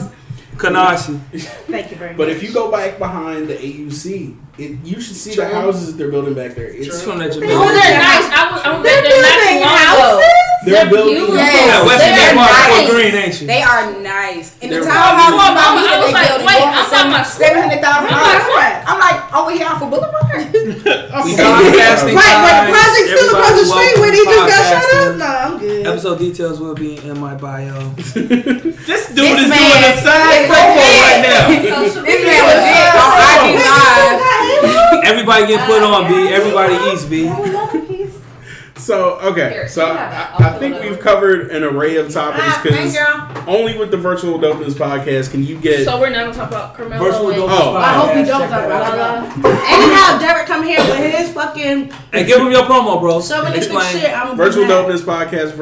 Speaker 7: Kanashi.
Speaker 5: Thank you very much.
Speaker 4: but if you go back behind the AUC, it, you should see the
Speaker 9: True.
Speaker 4: houses that they're building back there. It's
Speaker 7: She's from that
Speaker 6: Oh,
Speaker 7: Jamaica.
Speaker 6: they're nice. I was, I was
Speaker 5: They're
Speaker 6: there not
Speaker 5: building
Speaker 6: too long ago.
Speaker 5: houses?
Speaker 4: They're building-
Speaker 6: beautiful.
Speaker 9: Yes. Yeah,
Speaker 7: West
Speaker 9: They're
Speaker 7: Indian
Speaker 6: They're
Speaker 7: Park
Speaker 9: nice.
Speaker 7: Fort Green, ain't she?
Speaker 9: They are nice. In the
Speaker 4: They're
Speaker 6: Oh,
Speaker 9: townhouse, my
Speaker 4: probably-
Speaker 6: I was like, wait, I'm talking about school.
Speaker 9: seven hundred thousand
Speaker 5: That's
Speaker 9: dollars.
Speaker 5: right.
Speaker 9: I'm like, oh, we here off of Boulevard.
Speaker 7: We
Speaker 4: Right,
Speaker 7: podcasting
Speaker 5: Right, but the
Speaker 7: times.
Speaker 5: project's still across the
Speaker 7: Everybody's
Speaker 5: street where they just
Speaker 7: welcome
Speaker 5: got shut up.
Speaker 7: podcasting.
Speaker 5: No, I'm good.
Speaker 7: Episode details will be in my bio.
Speaker 8: This dude
Speaker 9: This man-
Speaker 8: is doing a
Speaker 9: this
Speaker 8: side promo right now.
Speaker 9: man- This man was dead on IG Live.
Speaker 7: Everybody get put on, B. Everybody eats, B.
Speaker 4: So okay,
Speaker 6: Here,
Speaker 4: so
Speaker 6: you have that.
Speaker 4: I, I
Speaker 6: I'll
Speaker 4: think
Speaker 6: pull it
Speaker 4: we've
Speaker 6: over.
Speaker 4: covered an array of topics
Speaker 9: Ah,
Speaker 4: because
Speaker 9: thank y'all.
Speaker 4: only with the virtual dopeness podcast can you get.
Speaker 6: So we're not gonna talk about Carmelo.
Speaker 7: Virtual
Speaker 6: and-
Speaker 7: Dope
Speaker 4: Oh.
Speaker 5: I hope you
Speaker 7: Podcast.
Speaker 5: don't
Speaker 7: Check
Speaker 5: talk
Speaker 7: that out.
Speaker 5: about it. Anyhow, Derek come here with his fucking
Speaker 7: Hey, give them your promo, bro.
Speaker 5: shoving this
Speaker 7: Explain.
Speaker 5: shit. I'm
Speaker 4: Virtual
Speaker 5: mad.
Speaker 4: Dopeness Podcast,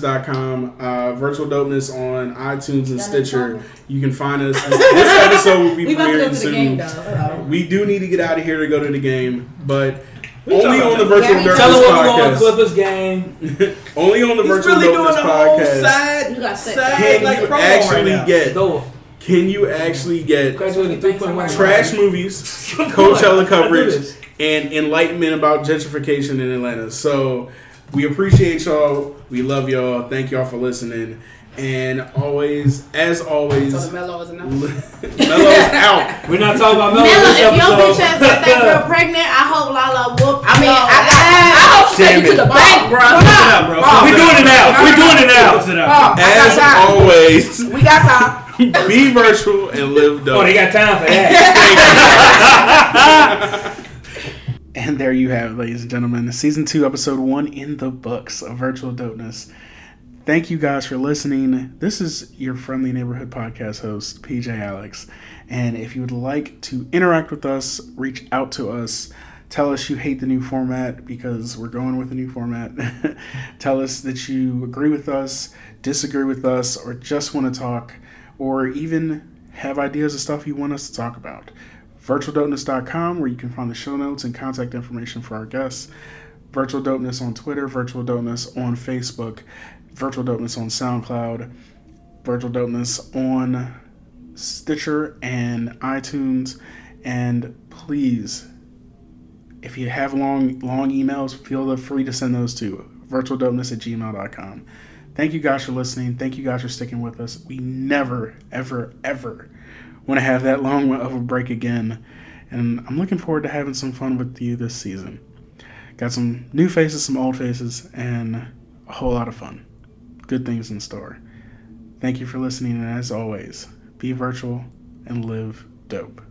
Speaker 4: virtualdopeness.com, uh, Virtual Dopeness on iTunes and Stitcher. You can find us. This this episode will be
Speaker 5: We about to go
Speaker 4: premiering
Speaker 5: to the
Speaker 4: soon.
Speaker 5: game though. so.
Speaker 4: We do need to get out of here to go to the game, but
Speaker 8: We
Speaker 4: only
Speaker 8: talking
Speaker 4: on the
Speaker 8: about-
Speaker 4: Virtual
Speaker 5: Yeah, we-
Speaker 7: Tell them
Speaker 4: Dopeness
Speaker 7: what we're going
Speaker 4: podcast.
Speaker 7: Clippers game.
Speaker 4: Only on the
Speaker 8: He's
Speaker 4: Virtual
Speaker 8: really doing
Speaker 4: Dopeness
Speaker 8: the whole
Speaker 4: podcast.
Speaker 8: side,
Speaker 5: You got sick.
Speaker 8: side
Speaker 4: Can
Speaker 8: like
Speaker 4: you
Speaker 8: promo
Speaker 4: actually
Speaker 8: right now.
Speaker 4: get?
Speaker 7: Door.
Speaker 4: Can you actually get
Speaker 7: Graduated 3.1.
Speaker 4: trash movies, Coachella coverage, and enlightenment about gentrification in Atlanta. So we appreciate y'all. We love y'all. Thank y'all for listening. And always, as always,
Speaker 9: So the mellow was enough.
Speaker 4: Melo's out.
Speaker 7: We're not talking about Melo.
Speaker 5: Mella,
Speaker 7: this
Speaker 5: if your bitch
Speaker 7: episode.
Speaker 5: ass got that girl pregnant, I hope Lala whoop.
Speaker 9: I mean, I got, I hope she take you to the bank, bro.
Speaker 8: We're doing it now. We're doing it now. Close it out.
Speaker 9: I got
Speaker 4: As
Speaker 9: time.
Speaker 3: oh.
Speaker 4: always,
Speaker 9: We got time.
Speaker 4: be virtual and live
Speaker 7: Oh, they
Speaker 4: dope.
Speaker 7: got time for that.
Speaker 10: And there you have it, ladies and gentlemen, season two, episode one in the books of Virtual Dopeness. Thank you guys for listening. This is your friendly neighborhood podcast host, PJ Alex. And if you would like to interact with us, reach out to us. Tell us you hate the new format because we're going with a new format. Tell us that you agree with us, disagree with us, or just want to talk, or even have ideas of stuff you want us to talk about virtualdopeness.com where you can find the show notes and contact information for our guests virtual dopeness on twitter virtual dopeness on facebook virtual dopeness on soundcloud virtual dopeness on stitcher and itunes and please if you have long long emails feel free to send those to virtualdopeness at gmail.com thank you guys for listening thank you guys for sticking with us we never ever ever want to have that long of a break again, and I'm looking forward to having some fun with you this season.
Speaker 8: Got some new faces, some old faces, and a whole lot of fun. Good things in store. Thank you for listening, and as always, be virtual and live dope.